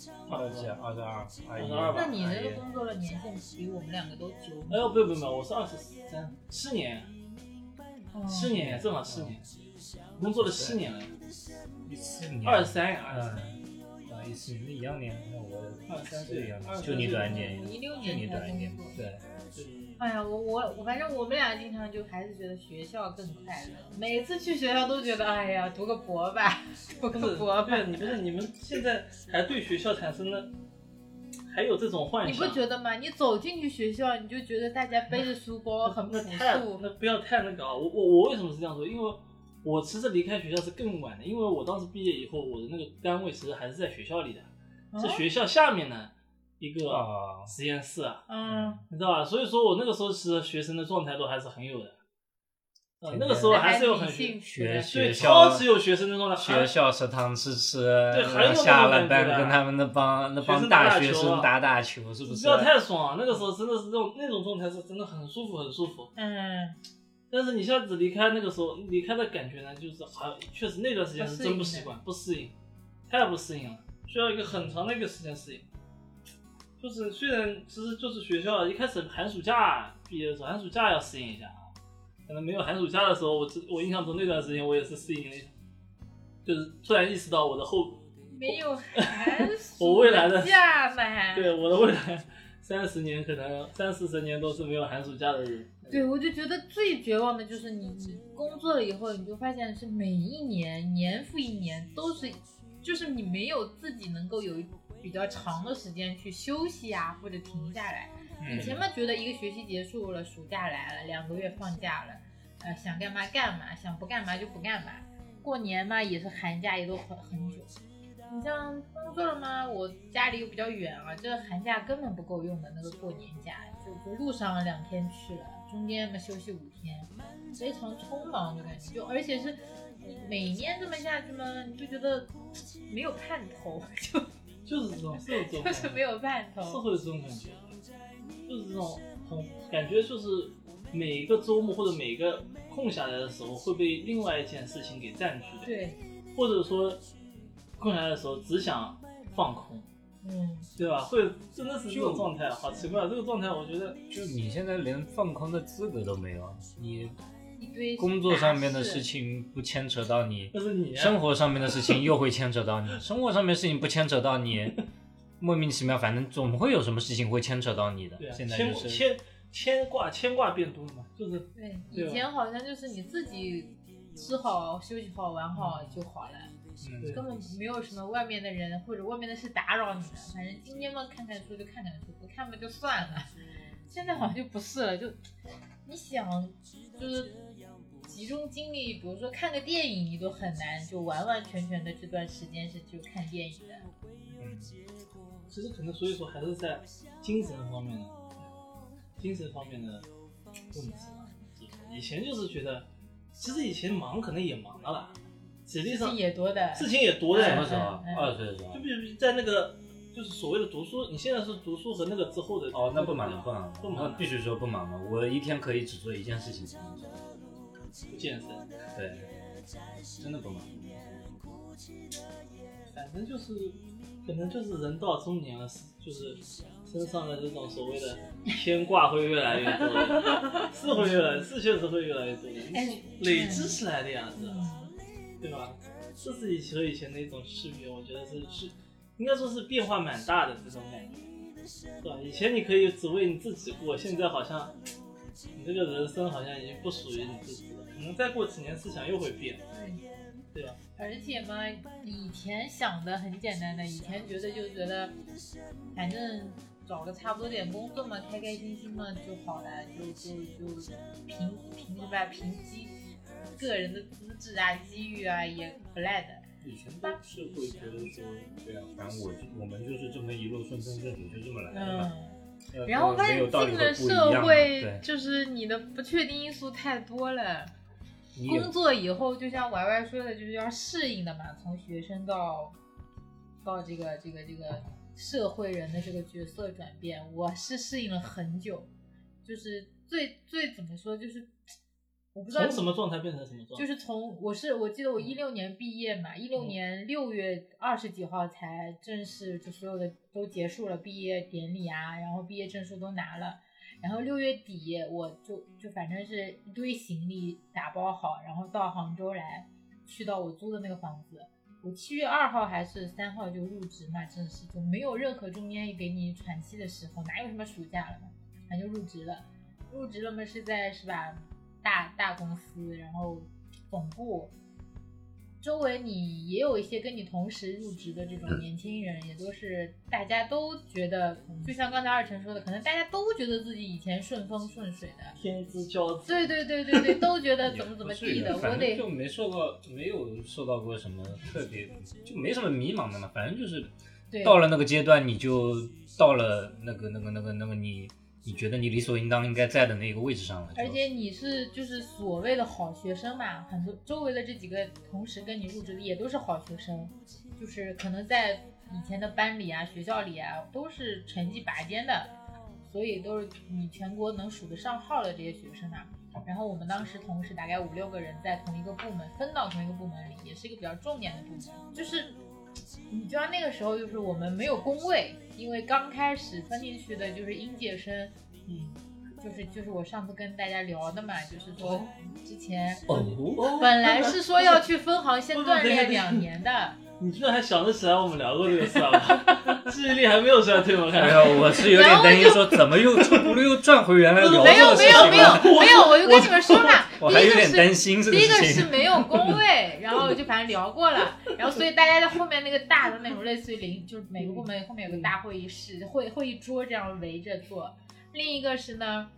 S2: 四，
S1: 二十
S3: 哎
S1: 二、二十二、
S3: 22吧
S2: 那你这个工作的年限比我们两个都久。
S3: 哎呦，不不不，我是二十三，七年，
S2: 嗯
S3: 七年，正好七年，工作了七年了，
S1: 一四年
S3: 二十三啊呀，二十三，
S1: 嗯，不好意思，你们一样年，那我
S3: 23
S1: 是一样
S3: 23
S1: 年，就你短一点，
S2: 一六
S1: 就
S2: 年
S1: 你
S2: 才
S1: 短一点
S2: 工，作。
S1: 对，
S3: 对
S2: 哎呀，我我我，反正我们俩经常就还是觉得学校更快乐。每次去学校都觉得，哎呀，读个博吧， 读
S3: 不是
S2: 个博吧
S3: 对，。你不是你们现在还对学校产生了，还有这种幻
S2: 你
S3: 想？
S2: 不觉得吗？你走进去学校，你就觉得大家背着书包很朴
S3: 那太
S2: 素。
S3: 那不要太那个啊！我我我为什么是这样说？因为我其实离开学校是更晚的，因为我当时毕业以后，我的那个单位其实还是在学校里的，是学校下面的一个
S1: 啊，
S3: 实验室啊。
S2: 嗯，
S3: 你知道吧？所以说我那个时候其实学生的状态都还是很有的，呃
S1: 天天
S3: 那个时候还是有很
S2: 挺幸福
S1: 学
S2: 的
S3: 对
S1: 学
S3: 超
S1: 校
S3: 级有学生的状
S2: 啊
S3: 态，啊
S1: 学校食堂吃吃，
S3: 对还
S1: 然
S3: 有那
S1: 后
S3: 种
S1: 下了
S3: 感觉的
S1: 班跟他们那帮那
S3: 学
S1: 帮
S3: 生打打
S1: 学
S3: 球啊
S1: 生打打球，是不
S3: 不
S1: 是？
S3: 要太爽、啊。那个时候真的是这种那种状态是真的很舒服，很舒服。
S2: 嗯，
S3: 但是你一下子离开那个时候，离开的感觉呢，就是好像确实那段时间是真不习惯，不适应，太不适应了，需要一个很长的一个时间适应。就是虽然其实就是学校一开始寒暑假毕业的时候，寒暑假要适应一下啊。可能没有寒暑假的时候，我只我印象中那段时间我也是适应了一下，就是突然意识到我的后
S2: 没有寒暑
S3: 我未来的
S2: 假嘛。
S3: 对我的未来三十年可能三四十年都是没有寒暑假的人。
S2: 对，我就觉得最绝望的就是你，你工作了以后，你就发现是每一年年复一年都是，就是你没有自己能够有比较长的时间去休息啊，或者停下来。
S1: 嗯
S2: 以前嘛，觉得一个学期结束了，暑假来了，两个月放假了，呃，想干嘛干嘛，想不干嘛就不干嘛。过年嘛，也是寒假也都很很久。你像工作了吗？我家里又比较远啊，这寒假根本不够用的那个过年假，就就路上两天去了，中间嘛休息五天，非常匆忙就感觉，就而且是你每年这么下去嘛，你就觉得没有盼头， 就
S3: 就是这种，是有这种
S2: 就
S3: 感
S2: 是
S3: 觉，
S2: 没有盼
S3: 是
S2: 头。
S3: 会有这种感觉，就是这种很感觉就是每一个周末或者每一个空下来的时候会被另外一件事情给占据的，
S2: 对，
S3: 或者说空下来的时候只想放空，
S2: 嗯，
S3: 对吧？会真的是这种
S1: 就
S3: 状态，好奇怪，这个状态我觉得
S1: 就你现在连放空的资格都没有，你
S2: 一堆
S1: 工作上面的
S2: 大
S1: 事情不牵扯到你，
S3: 那是你啊
S1: 生活上面的事情又会牵扯到你， 生活上面的事情不牵扯到你，莫名其妙，反正总会有什么事情会牵扯到你的
S3: 对。啊，
S1: 现在
S3: 牵
S1: 就是
S3: 牵牵挂牵挂变多了嘛，就是
S2: 对，
S3: 对
S2: 以
S3: 吧
S2: 前好像就是你自己吃好、休息好、玩好就好了，
S1: 嗯
S3: 对
S2: 根本没有什么外面的人或者外面的事打扰你们。反正今天嘛，看看书就看看书，不看嘛就算了。现在好像就不是了，就你想就是集中精力，比如说看个电影，你都很难就完完全全的这段时间是就看电影的。
S3: 其实可能所以说还是在精神方面的，精神方面的问题吧。以前就是觉得，其实以前忙可能也忙的啦，实际
S2: 是
S3: 上
S2: 也多的，
S3: 事情也多
S1: 什么
S3: 的，
S1: 时候啊
S2: 嗯？
S1: 二十岁的时候
S3: 就？比如在那个就是所谓的读书，你现在是读书和那个之后的
S1: 哦，那不忙了，不忙
S3: 不
S1: 了，
S3: 忙
S1: 那
S3: 了
S1: 必须说不忙了。我一天可以只做一件事情，
S3: 健身，
S1: 对，真的不忙。
S3: 反正就是可能就是人到中年了，就是身上的这种所谓的牵挂会越来越多的，是会越来是确实会越来越多的，
S2: 哎
S3: 累积起来的呀，是吧。
S2: 嗯
S3: 对吧？这是以和以前的一种区别，我觉得是是，应该说是变化蛮大的这种感觉，对吧？以前你可以只为你自己过，现在好像你这个人生好像已经不属于你自己了，可能再过几年思想又会变，
S2: 对。
S3: 对吧？
S2: 而且嘛，以前想的很简单的，以前觉得就觉得，反正找个差不多点工作嘛，开开心心嘛就好了，就就就凭凭什么凭基个人的资质啊、机遇啊也不赖的。
S1: 以前都是会觉得说，对啊，反正我我们就是这么一路顺风顺水，就这么来的嘛。
S2: 嗯，
S1: 呃
S2: 然后发
S1: 没
S2: 现
S1: 有道理
S2: 进
S1: 会
S2: 了
S1: 不一样
S2: 社
S1: 嘛
S2: 会
S1: 对，
S2: 就是你的不确定因素太多了。
S1: 你也
S2: 工作以后，就像 Y Y 说的，就是要适应的嘛，从学生到到这个这个这个社会人的这个角色转变，我是适应了很久，就是最最怎么说，就是我不知道
S3: 从什么状态变成什么状
S2: 就
S3: 态？
S2: 是从我是我记得我一六年毕业嘛，一六年六月二十几号才正式就所有的都结束了毕业典礼啊，然后毕业证书都拿了，然后六月底我就就反正是一堆行李打包好，然后到杭州来，去到我租的那个房子。我七月二号还是三号就入职嘛，正式就没有任何中间给你喘息的时候，哪有什么暑假了嘛，反正就入职了。入职了嘛是在是吧大大公司，然后总部周围你也有一些跟你同时入职的这种年轻人，也都是大家都觉得，就像刚才二晨说的，可能大家都觉得自己以前顺风顺水的，
S3: 天之骄子，
S2: 对对对对对，都觉得
S1: 也
S2: 怎么
S1: 不
S2: 怎么
S1: 至于
S2: 地的，我
S1: 反正
S2: 得
S1: 就没受到没有受到过什么特别，就没什么迷茫的嘛。反正就是
S2: 对
S1: 到了那个阶段，你就到了那个那个那个那个你你觉得你理所应当应该在的那个位置上了。就
S2: 而且你是就是所谓的好学生嘛，很多周围的这几个同时跟你入职的也都是好学生，就是可能在以前的班里啊、学校里啊都是成绩拔尖的，所以都是你全国能数得上号的这些学生啊。然后我们当时同时大概五六个人在同一个部门，分到同一个部门里，也是一个比较重点的部门。就是你知道那个时候就是我们没有工位，因为刚开始分进去的就是应届生，
S3: 嗯，
S2: 就是就是我上次跟大家聊的嘛，就是说之前
S1: 哦，
S2: 本来是说要去分行先锻炼两年的，
S3: 你居然还想得起来我们聊过这个事啊？ 记忆力还没有衰退，我看
S1: 哎。呦，我是有点担心，说怎么又出轱辘又转回原来聊
S2: 没
S1: 这
S2: 有
S1: 个事
S2: 没
S1: 情
S2: 有没
S1: 了？
S2: 有没有，我就跟你们说嘛，
S1: 我还
S2: 第一
S1: 有
S2: 个
S1: 点
S2: 是
S1: 担心这
S2: 第一个
S1: 事
S2: 是
S1: 情。
S2: 没有工 位，然后就反正聊过了，然后所以大家在后面那个大的那种类似于零，就是每个部门后面有个大会议室、会会议桌这样围着坐。另一个是呢，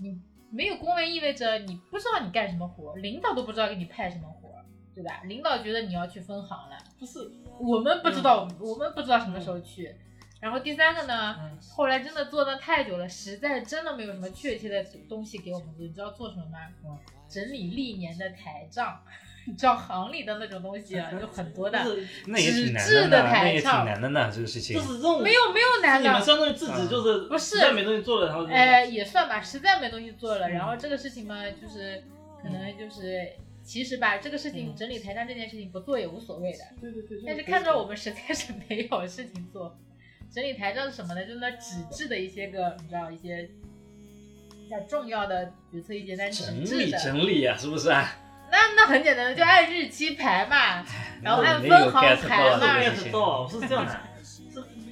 S2: 你没有工位意味着你不知道你干什么活，领导都不知道给你派什么活，对吧？领导觉得你要去分行了，
S3: 不是，
S2: 我们不知道，我们不知道什么时候去。然后第三个呢，
S3: 嗯
S2: 后来真的做的太久了，实在真的没有什么确切的东西给我们做。你知道做什么吗？
S3: 嗯
S2: 整理历年的台账， 你知道行里的那种东西啊，有很多的
S3: 就，是
S1: 那也挺难
S2: 纸质
S1: 呢，
S2: 的
S1: 那也
S2: 台
S1: 挺
S2: 上
S1: 难的呢，这个事情
S3: 就。是这种，
S2: 没有没有难
S3: 你们
S2: 的。
S3: 相当于自己就是
S2: 不是
S3: 实在没东西做了，然后就
S2: 哎，也算吧，实在没东西做了。
S3: 嗯
S2: 然后这个事情嘛，就是可能就是，其实吧，这个事情
S3: 嗯
S2: 整理台账这件事情不做也无所谓的。
S3: 对对
S1: 嗯
S3: 对，
S2: 但是看到我们实在是没有事情做，整理台账是什么呢？就是那纸质的一些个，你知道一些比较重要的决策意见单
S1: 整
S2: 纸质
S1: 理
S2: 的，
S1: 整理呀、是不是啊？
S2: 那那很简单的，就按日期排嘛，然后按
S1: 没有
S2: 分行
S1: get
S2: 排
S1: 到
S2: 嘛
S1: 这。个事
S3: get
S1: 情
S3: 到啊，我是这 样的，是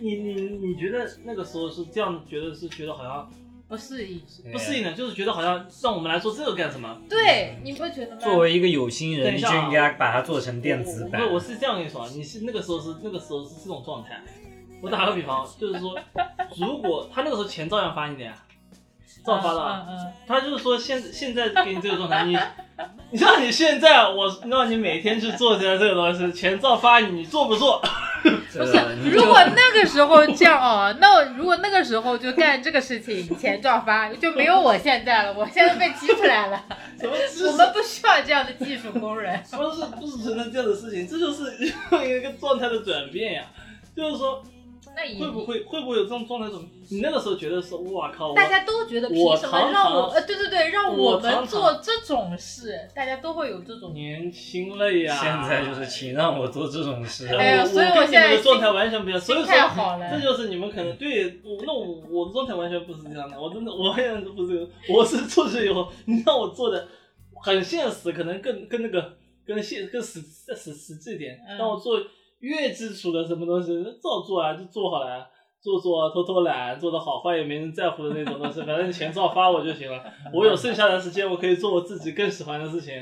S3: 你你你觉得那个时候是这样觉得是觉得好像
S2: 不适应，
S3: 不适应的，就是觉得好像让我们来做这个干什么？
S1: 嗯
S2: 对，你不觉得吗？
S1: 作为一个有心人，
S3: 等
S1: 你
S3: 一
S1: 就
S3: 下啊
S1: 应该把它做成电子版
S3: 我。我我是这样跟你说，啊，你是那个时候是那个时候是这种状态。我打个比方，就 是说，如果他那个时候钱照样发你的呀，照样发的啊。
S2: 嗯嗯嗯
S3: 他就是说现现在给你这个状态，你你让你现在我让你每天去做这这个东西，钱照发你，你做不做？
S1: 这
S2: 不
S1: 个
S2: 是，
S1: 你就
S2: 如果那个时候这样哦，那我如果那个时候就干这个事情，钱照发，就没有我现在了。我现在被踢出来了，
S3: 什么知
S2: 我
S3: 识？
S2: 们不需要这样的技术工人。
S3: 什么是不是存在这样的事情？这就是 一个状态的转变呀。就是说，
S2: 那也
S3: 会不会会不会有这种状态？怎么？你那个时候觉得是，哇靠，我
S2: 大家都觉得凭什么让我呃，对对对，让我们做这种事，大家都会有这种。
S3: 年轻了呀，
S1: 现在就是请让我做这种事啊，
S2: 哎呀
S3: 我
S2: 所以我
S3: 我跟你
S2: 现
S3: 们
S2: 在
S3: 的状态完全不一样，所以
S2: 心
S3: 说
S2: 态好了
S3: 这就是你们可能对我，那我我的状态完全不是这样的，我真的我完全不是这个，我是出去以后，你让我做的很现实，可能更更那个更现更实实实际一点
S2: 嗯，
S3: 让我做越基础的什么东西，照做啊就做好了啊。做做偷偷懒，啊做的好坏也没人在乎的那种东西，反正钱照发我 就行了。我有剩下的时间，我可以做我自己更喜欢的事情。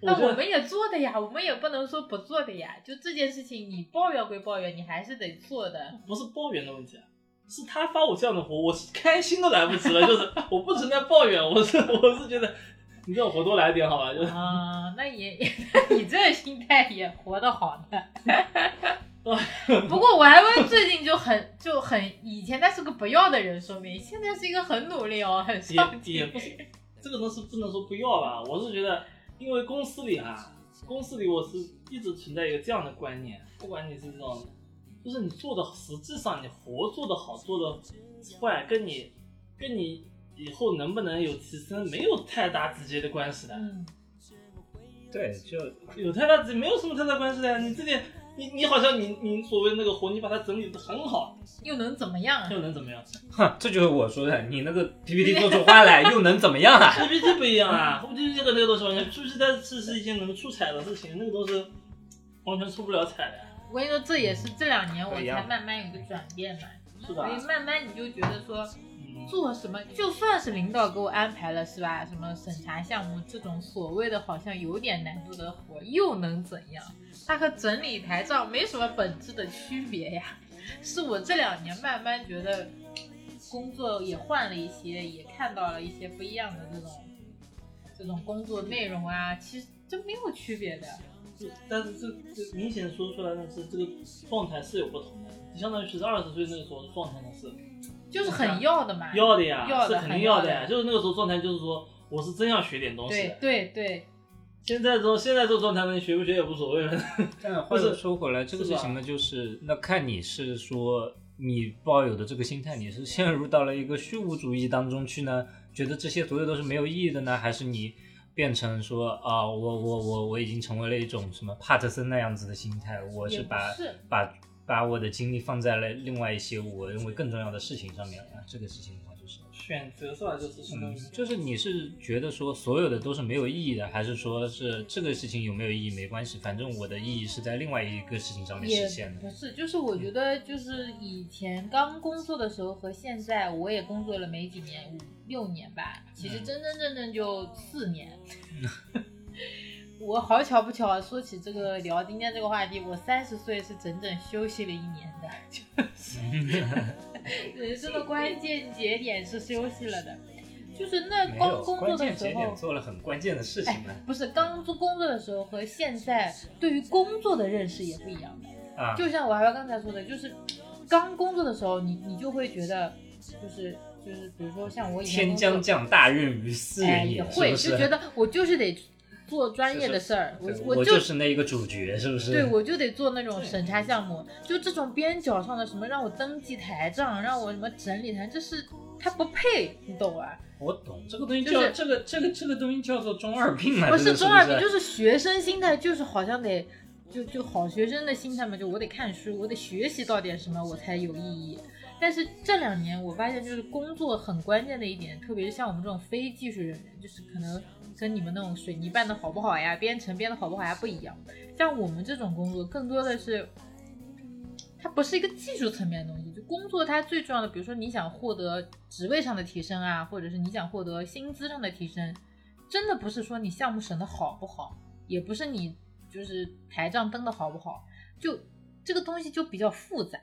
S3: 我
S2: 那
S3: 觉
S2: 我
S3: 得
S2: 们也做的呀，我们也不能说不做的呀。就这件事情，你抱怨归抱怨，你还是得做 的。
S3: 不是抱怨的问题啊，是他发我这样的活，我是开心都来不及了。就是我不存在抱怨，我是我是觉得你这种活多来点好吧？就是
S2: 啊、那也， 你这心态也活得好呢。不过歪歪最近就很就很，以前他是个不要的人，说明现在是一个很努力哦，很上
S3: 也也
S2: 进
S3: 不。是这个东西不能说不要吧，我是觉得因为公司里啊，公司里我是一直存在一个这样的观念，不管你是这种，就是你做的实际上你活做的好做的坏，跟你跟你以后能不能有提升没有太大直接的关系的。
S2: 嗯，
S1: 对，就
S3: 有太大，没有什么太大关系的呀。你这点，你你好像你你所谓那个活，你把它整理的很好，
S2: 又能怎么样啊？
S3: 又能怎么样
S1: 哼，这就是我说的，你那个 PPT 做出花来又能怎么样啊？
S3: ？PPT 不一样 啊，PPT 和那个东西完全，PPT 它是是一件能出彩的事情，那个都是完全出不了彩的呀，
S2: 我跟你说，这也是这两年我
S1: 不一样
S2: 才慢慢有个转变嘛，
S3: 啊是吧
S2: 所？以慢慢你就觉得说
S3: 嗯，
S2: 做什么，就算是领导给我安排了是吧？什么审查项目这种所谓的好像有点难度的活，又能怎样？它和整理台账没什么本质的区别呀。是我这两年慢慢觉得工作也换了一些，也看到了一些不一样的这种这种工作内容啊，其实这没有区别的。
S3: 是但是这这明显说出来的是这个状态是有不同的，你相当于其实二十岁那个时候的状态呢是啊
S2: 就是很要的嘛，
S3: 要的呀，
S2: 哎要的
S3: 是肯定
S2: 很
S3: 要
S2: 要
S3: 的
S2: 的
S3: 呀，就是那个时候状态就是说我是真要学点东西
S2: 对
S3: 的。
S2: 对对，
S3: 现在这种现在这种状态呢，你学不学也无所谓了。
S1: 但话又说回来，这个
S3: 是
S1: 事
S3: 吧
S1: 情呢，就是那看你是说你抱有的这个心态，你是陷入到了一个虚无主义当中去呢，觉得这些所有都是没有意义的呢，还是你变成说啊、我我我我已经成为了一种什么帕特森那样子的心态，我
S2: 也
S1: 是
S2: 不
S1: 把
S2: 是
S1: 把把我的精力放在了另外一些我认为更重要的事情上面啊。这个事情的话就是，
S3: 选择是吧？就是相当
S1: 嗯
S3: 于，。
S1: 就是你是觉得说所有的都是没有意义的，还是说是这个事情有没有意义没关系，反正我的意义是在另外一个事情上面
S2: 也
S1: 实现的
S2: 不。是，就是我觉得，就是以前刚工作的时候和现在，我也工作了没几年，五六年吧，其实
S1: 嗯
S2: 真真正正就四年。 我好巧不巧，啊说起这个聊今天这个话题，我三十岁是整整休息了一年的， 就是人生的关键节点是休息了的，就是那
S1: 没
S2: 刚
S1: 有，
S2: 工
S1: 关
S2: 作
S1: 键
S2: 的时
S1: 节点
S2: 候，
S1: 做了很关键的事情嘛。
S2: 不是刚做工作的时候和现在对于工作的认识也不一样。
S1: 啊，
S2: 哎就像我还要刚才说的，就是刚工作的时候，你你就会觉得，就是就是，比如说像我以前
S1: 天
S2: 工
S1: 将
S2: 作，
S1: 降大任于斯
S2: 哎，
S1: 人
S2: 也
S1: 也，
S2: 会
S1: 是
S2: 就
S1: 不
S2: 觉
S1: 是？
S2: 得我就是得做专业的事儿，
S1: 对
S2: 我
S1: 我
S2: 就
S1: 就是那一个主角，是不是？
S2: 对我就得做那种审查项目，就这种边角上的什么让我登记台账，让我什么整理台，这是他不配，你懂吧、
S1: 我懂这个东西
S2: 就
S1: 叫、
S2: 是
S1: 这个这个这个东西叫做中二病啊，
S2: 不
S1: 这
S2: 是
S1: 个
S2: 中二病，
S1: 是
S2: 就是学生心态，就是好像得。就就好学生的心态嘛，就我得看书，我得学习到点什么，我才有意义。但是这两年我发现，就是工作很关键的一点，特别是像我们这种非技术人员，就是可能跟你们那种水泥办的好不好呀、编程编的好不好呀不一样。像我们这种工作，更多的是它不是一个技术层面的东西。就工作它最重要的，比如说你想获得职位上的提升啊，或者是你想获得薪资上的提升，真的不是说你项目审的好不好，也不是你就是台账登的好不好，就这个东西就比较复杂。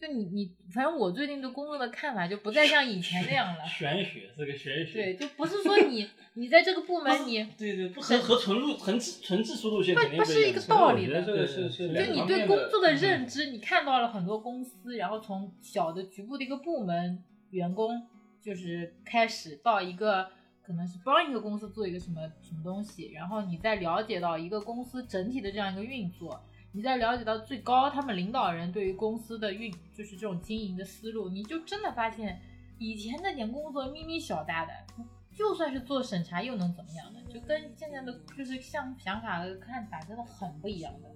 S2: 就你你，反正我最近对工作的看法就不再像以前那样了
S3: 玄学是个哦玄学。
S2: 对，就不是说你 你在这个部门你
S3: 对对，不和和纯路纯技纯技术路线
S2: 不
S3: 肯定
S2: 不
S3: 不
S2: 是
S3: 样
S2: 一个
S3: 的
S2: 道理
S1: 我觉得
S2: 的
S1: 这个是是
S2: 就
S1: 两
S2: 你
S1: 方
S2: 对
S1: 面
S2: 工作的
S1: 嗯
S2: 认知，你看到了很多公司，然后从小的局部的一个部门员工，就是开始到一个可能是帮一个公司做一个什么什么东西，然后你再了解到一个公司整体的这样一个运作，你再了解到最高他们领导人对于公司的运就是这种经营的思路，你就真的发现以前那点工作咪咪小大的。就算是做审查又能怎么样呢？就跟现在的就是像想法和看法真的很不一样的。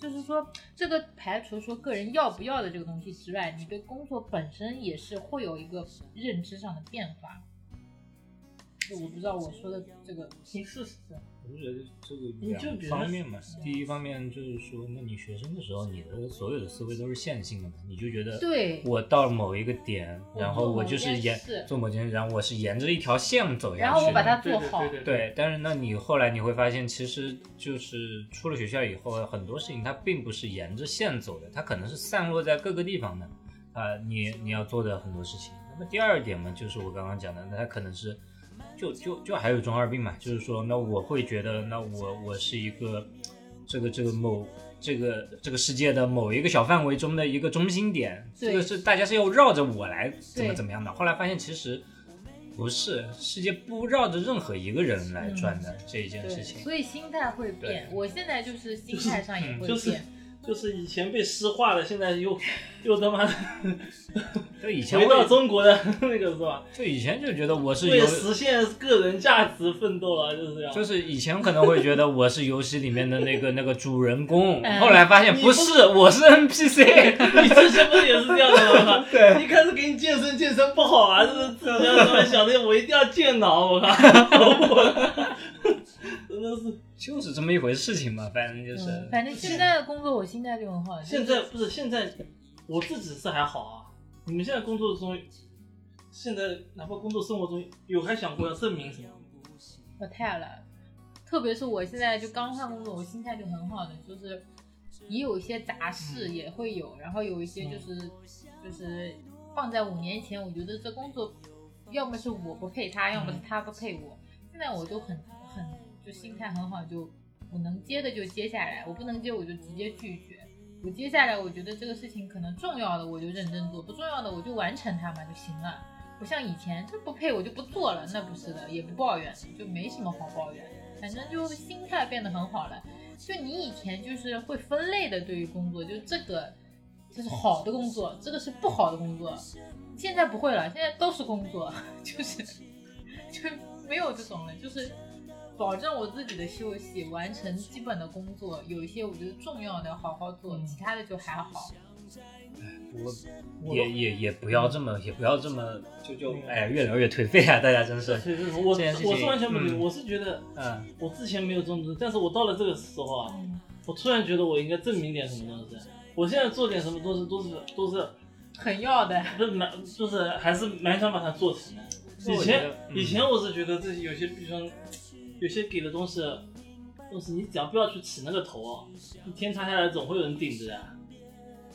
S2: 就是说，这个排除说个人要不要的这个东西之外，你对工作本身也是会有一个认知上的变化。就我不知道我说的这个
S3: 形式是这样。
S1: 我就觉得这
S3: 你就
S1: 个
S3: 比
S1: 两
S3: 如
S1: 方面嘛
S3: 说，
S1: 第一方面就是说，那你学生的时候，你的所有的思维都是线性的嘛，你就觉得
S2: 对
S1: 我到某一个点，
S2: 我
S1: 然
S2: 做
S1: 后
S2: 某
S1: 我就
S2: 件
S1: 是沿
S2: 事
S1: 做某件事，然后我是沿着一条线走下去的，
S2: 然后我把它
S3: 对
S2: 做
S3: 对
S2: 好
S3: 对对对
S1: 对，但是那你后来你会发现，其实就是出了学校以后，很多事情它并不是沿着线走的，它可能是散落在各个地方的。啊、你你要做的很多事情。那么第二点嘛，就是我刚刚讲的，那它可能是就就就还有中二病嘛，就是说，那我会觉得，那我我是一个这个这个某这个这个世界的某一个小范围中的一个中心点，
S2: 对
S1: 这个是大家是要绕着我来怎么
S2: 对
S1: 怎么样的。后来发现其实不是，世界不绕着任何一个人来转的、这一件
S2: 对，
S1: 事情。
S2: 所以心态会变。我现在就是心态上
S1: 嗯
S2: 也会变，
S3: 就是就是以前被诗化的，现在 又又他妈的
S1: 就以前
S3: 回到
S1: 我
S3: 中国的那个是吧？
S1: 就以前就觉得我是
S3: 为
S1: 有
S3: 了实现个人价值奋斗啊，就是这样。
S1: 就是以前可能会觉得我是游戏里面的那个那个主人公
S2: 哎，
S1: 后来发现
S3: 你
S1: 不是，我是 NPC。
S3: 你之前不是也是这样的吗？
S1: 对
S3: 一开始给你健身，健身不好啊，就是自己他妈想着我一定要健脑，我靠，我真的是。
S1: 就是这么一回事情嘛，反正就是。
S2: 嗯，反正现在的工作我心态就很好。就是
S3: 现在不是现在，我自己是还好啊。你们现在工作中，现在哪怕工作生活中有还想过要证明什么？
S2: 我太了，特别是我现在就刚换工作，我心态就很好的，就是也有一些杂事也会有，然后有一些就是、就是放在五年前，我觉得这工作要么是我不配他，要么是他不配我。现在我就很很就心态很好，就我能接的就接下来，我不能接我就直接拒绝。我接下来我觉得这个事情可能重要的我就认真做，不重要的我就完成它嘛就行了。不像以前，这不配我就不做了，那不是的，也不抱怨，就没什么好抱怨，反正就心态变得很好了。就你以前就是会分类的，对于工作，就这个这是好的工作，这个是不好的工作，现在不会了，现在都是工作， 就是就没有这种了，就是保证我自己的休息，完成基本的工作，有一些我觉得重要的好好做，
S3: 嗯
S2: 其他的就还好。
S1: 我
S3: 我
S1: 也也也不要这么，也不要这么，就就
S3: 嗯
S1: 哎，越聊越颓废啊！大家真是，
S3: 对，就是我
S1: 这件事情
S3: 我是完全不理解，
S1: 嗯
S3: 我是觉得
S1: 嗯，
S3: 我之前没有这种东西，但是我到了这个时候啊，
S2: 嗯
S3: 我突然觉得我应该证明点什么东西。我现在做点什么都是都是都是
S2: 很要的，
S3: 不是蛮就是还是蛮想把它做成的。
S1: 那
S3: 以
S1: 我觉
S3: 前
S1: 得嗯
S3: 以前我是觉得自己有些比方有些给的东西，东西你只要不要去起那个头，一天塌下来总会有人顶着的，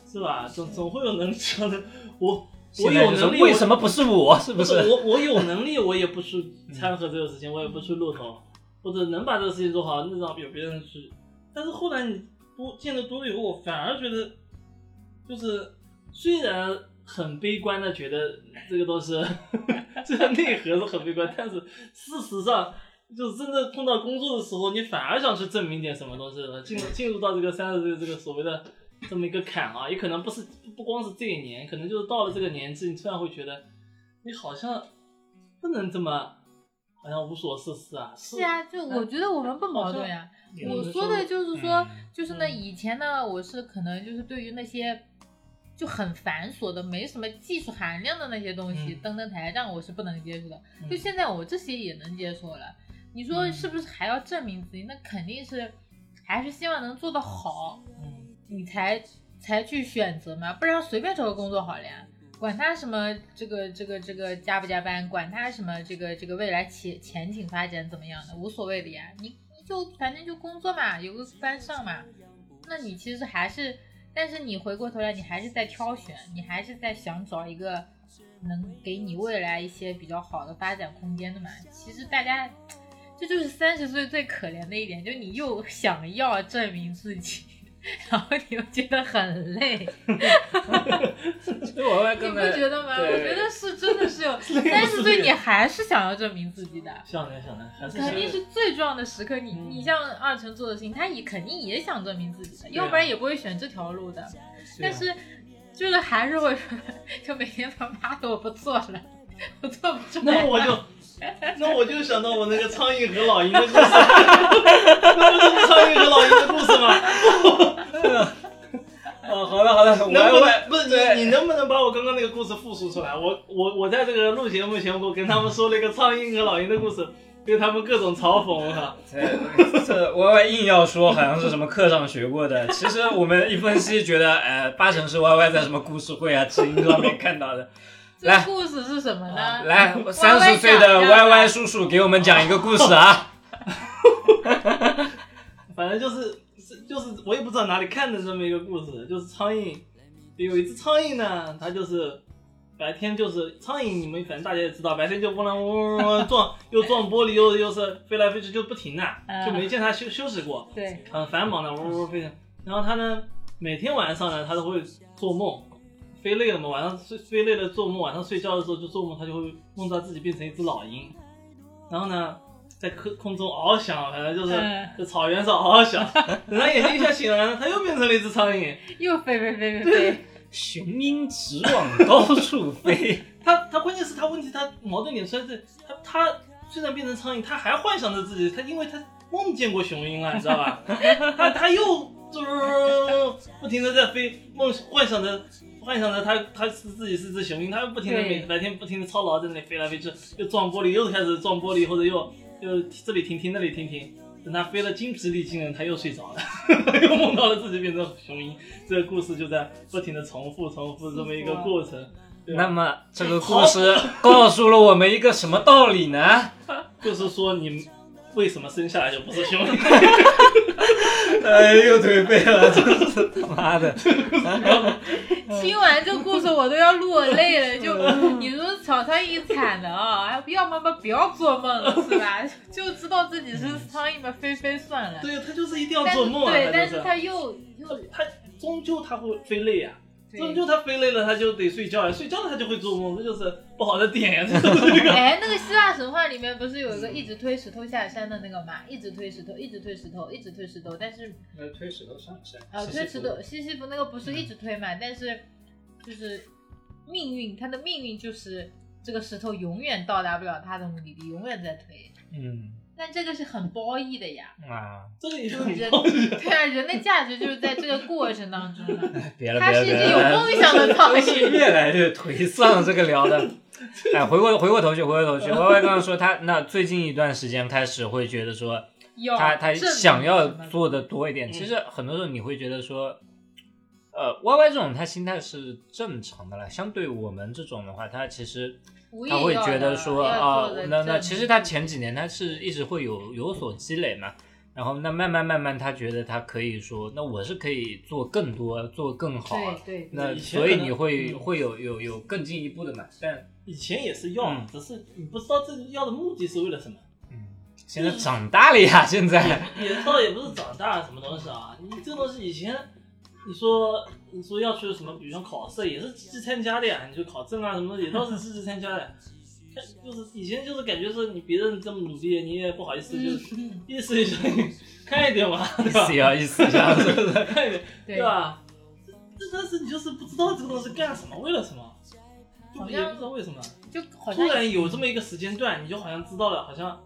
S3: 是吧？总总会有能说 的。我我
S1: 现在
S3: 有
S1: 就是
S3: 能力，
S1: 为什么不是我？是
S3: 不
S1: 不
S3: 是
S1: 是？
S3: 我，我有能力，我也不去掺和这个事情，我也不去露头，或者能把这个事情做好，那让有别人去。但是后来你多见的多了以后，我反而觉得，就是虽然很悲观的觉得这个都 是，这个内核是很悲观，但是事实上，就是真的碰到工作的时候，你反而想去证明点什么东西了。进入进入到这个三十岁这个所谓的这么一个坎啊，也可能不是不光是这一年，可能就是到了这个年纪，你突然会觉得，你好像不能这么，好像无所事事啊。是
S2: 是啊，就我觉得我们不矛盾呀、
S3: 嗯
S2: 我说的就是说
S1: 嗯，
S2: 就是呢，
S3: 嗯
S2: 以前呢，我是可能就是对于那些就很繁琐的、没什么技术含量的那些东西
S3: 嗯，
S2: 登登台让我是不能接受的。
S3: 嗯
S2: 就现在我这些也能接受了。你说
S3: 嗯
S2: 是不是还要证明自己？那肯定是，还是希望能做得好。
S3: 嗯
S2: 你才才去选择嘛，不然随便找个工作好了呀。管他什么这个这个这个加不加班，管他什么这个这个未来前前景发展怎么样的，无所谓的呀。你你就反正就工作嘛，有个班上嘛。那你其实还是，但是你回过头来，你还是在挑选，你还是在想找一个能给你未来一些比较好的发展空间的嘛。其实大家，这就是三十岁最可怜的一点，就是你又想要证明自己，然后你又觉得很累，
S1: 所以我会
S2: 你
S1: 跟
S2: 不
S1: 他
S2: 觉得吗？
S1: 对
S2: 我觉得是真的 是有三十岁，你还是想要证明自己的。
S3: 想来想来，还是
S2: 肯定
S3: 想
S2: 是最重要的时刻，你
S3: 嗯
S2: 你像二晨做的事情，他也肯定也想证明自己的，
S3: 对啊
S2: 要不然也不会选这条路的。
S3: 对啊
S2: 但是就是还是会， 就每天说妈的我不做了， 我做不出来
S3: 那
S2: 了。
S3: 我就，那我就想到我那个苍蝇和老鹰的故事， 那不就是苍蝇和老鹰的故事吗？
S1: 啊哦，好了好了，
S3: 能
S1: 我
S3: 不
S1: 我
S3: 能不是
S1: 对
S3: 你你能不能把我刚刚那个故事复述出来？我我我在这个录节目前，我跟他们说了一个苍蝇和老鹰的故事，对他们各种嘲讽，我靠，
S1: 这这歪歪硬要说好像是什么课上学过的，其实我们一分析觉得，呃，八成是歪歪在什么故事会啊、知音上面看到的。
S2: 这
S1: 来
S2: 故事是什么呢？
S1: 来，三十岁的歪歪叔叔给我们讲一个故事啊！
S3: 反正就是是就是我也不知道哪里看的这么一个故事，就是苍蝇，有一只苍蝇呢，它就是白天就是苍蝇，你们反正大家也知道，白天就嗡啦嗡嗡嗡嗡撞，又撞玻璃，又又是飞来飞去，就不停的，就没见它休休息过。
S2: 对，
S3: 很繁忙的嗡嗡嗡飞的。然后它呢，每天晚上呢，它都会做梦，飞累了嘛，晚上睡飞累了做梦，晚上睡觉的时候就做梦，它就会梦到自己变成一只老鹰，然后呢，在空空中翱翔，反正就是
S2: 嗯
S3: 在草原上翱翔。等它眼睛一下醒来呢，它又变成了一只苍蝇。
S2: 又飞飞飞飞飞，
S1: 雄鹰直往高处飞，
S3: 它它关键是它问题，它矛盾点出来是，它它虽然变成苍蝇，它还幻想着自己，它因为它梦见过雄鹰啊了，你知道吧？它它又就是不停的在飞，梦幻想着幻想着它它是自己是只雄鹰，它又不停的每
S2: 对
S3: 白天不停的操劳在那里飞来飞去，又撞玻璃，又开始撞玻璃，或者又又这里停停那里停停。等它飞了精疲力尽了，它又睡着了， 又梦到了自己变成雄鹰。这个故事就在不停的重复、重复这么一个过程。对吧
S1: 那么这个故事告诉了我们一个什么道理呢？
S3: 就是说你为什么生下来就不是兄弟？
S1: 哎，又颓废了，真是他 妈的！
S2: 听完这故事我都要落泪了。就你说草苍蝇惨的啊，哎要妈妈不要做梦了是吧？ 就知道自己是苍蝇嘛，飞飞算了。
S3: 对他就是一定要
S2: 但
S3: 做
S2: 是
S3: 梦啊，
S2: 对，但
S3: 就是是
S2: 他又又
S3: 他终究他会飞累啊，
S2: 对
S3: 终究他飞累了他就得睡觉呀、睡觉了他就会做梦，这就是不好的点呀、这 就是这个。
S2: 哎，那个希腊神话里面不是有一个一直推石头下山的那个嘛？一直推石头，一直推石头，一直推石头。但是
S1: 推石头上山
S2: 呃，推石头，西西弗那个不是一直推嘛？但是就是命运，他的命运就是这个石头永远到达不了他的目的地，永远在推。
S1: 嗯，
S2: 但这个是很褒义的呀，
S1: 啊，
S3: 这个也
S2: 就
S3: 很
S2: 是人
S3: 高级
S2: 对啊，人的价值就是在这个过程当中的，
S1: 别了
S2: 它
S1: 别了
S2: 是一
S1: 别
S2: 个有
S1: 了，
S2: 梦想的草
S1: 是
S2: 原。
S1: 越来越颓丧，这个聊的。哎，回过回过头去，回过头去，歪歪刚刚说他那最近一段时间开始会觉得说
S2: 要
S1: 他他
S2: 证明
S1: 想要
S2: 什么
S1: 做的多一点。
S3: 嗯
S1: 其实很多时候你会觉得说，呃，Y Y 这种他心态是正常的了，相对我们这种的话，他其实
S2: 我也
S1: 他会
S2: 要
S1: 觉得
S2: 的
S1: 说
S2: 要
S1: 啊
S2: 做，的
S1: 那那
S2: 证
S1: 其
S2: 明
S1: 实他前几年他是一直会有有所积累嘛，然后那慢慢慢慢他觉得他可以说，那我是可以做更多，做更好。啊
S2: 对对对，
S1: 那
S3: 以前
S1: 所以
S3: 可能
S1: 你会
S3: 嗯
S1: 会有有有更进一步的嘛？但
S3: 以前也是要
S1: 嗯，
S3: 只是你不知道这个要的目的是为了什么。
S1: 嗯，现在长大了呀，现 在
S3: 也倒也不是长大了什么东西啊，你这东西以前你说你说要去什么，比如说考试也是积极参加的呀，你去考证啊什么的也都是积极参加的呀。看就是以前就是感觉是你别人这么努力，你也不好意思，就是
S2: 嗯
S3: 意思一下，看一点嘛，
S1: 意
S3: 对吧
S1: 思？要意思 要，是不是？
S3: 看一点，
S2: 对
S1: 啊
S3: 对吧？这但是你就是不知道这个东西干什么，为了什么，就
S2: 好
S3: 也
S2: 像
S3: 不知道为什么。
S2: 就好
S3: 突
S2: 像
S3: 然有这么一个时间段，你就好像知道了，好像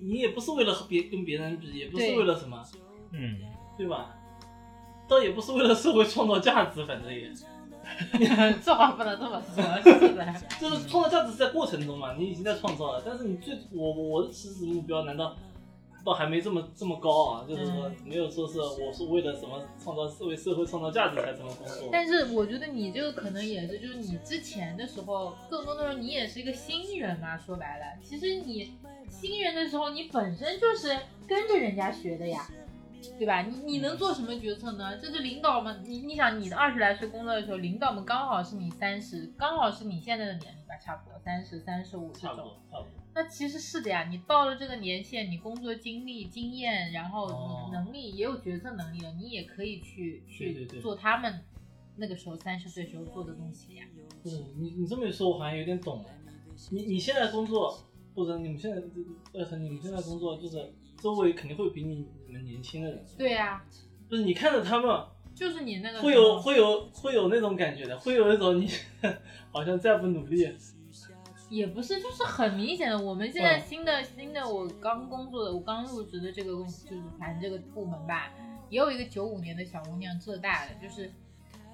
S3: 你也不是为了和别跟别人比，也不是
S2: 对
S3: 为了什么，
S1: 嗯，
S3: 对吧？倒也不是为了社会创造价值，反正也
S2: 这话不能这么说，是的，
S3: 就是创造价值是在过程中嘛，你已经在创造了。但是你最我我的起始目标难道倒还没这么这么高啊？就是说
S2: 嗯
S3: 没有说是我是为了什么创造为社会创造价值才这么工作。
S2: 但是我觉得你这个可能也是，就是你之前的时候，更多的时候你也是一个新人嘛。说白了，其实你新人的时候，你本身就是跟着人家学的呀，
S3: 嗯
S2: 对吧？你你能做什么决策呢？这个领导们，你你想你的二十来岁工作的时候，领导们刚好是你三十，刚好是你现在的年龄吧，差不多三十、三十五这
S3: 差不
S2: 种。
S3: 多，差不多。
S2: 那其实是的呀，你到了这个年限，你工作经历、经验，然后
S3: 哦
S2: 你能力、也有决策能力了，你也可以去
S3: 对对
S2: 去
S3: 对
S2: 做他们那个时候三十岁时候做的东西呀。
S3: 嗯，你你这么一说，我好像有点懂了。你你现在工作，或者你们现在呃，你们现在工作，就是周围肯定会比你你们年轻的人，
S2: 对呀、
S3: 就是你看着他们，
S2: 就是你那个
S3: 会
S2: 时候
S3: 有会有会有那种感觉的，会有那种你 好像再不努力，
S2: 也不是，就是很明显的。我们现在
S3: 嗯
S2: 新的、新的，我刚工作的，我刚入职的这个公司，就是反正这个部门吧，也有一个九五年的小姑娘，浙大的，就是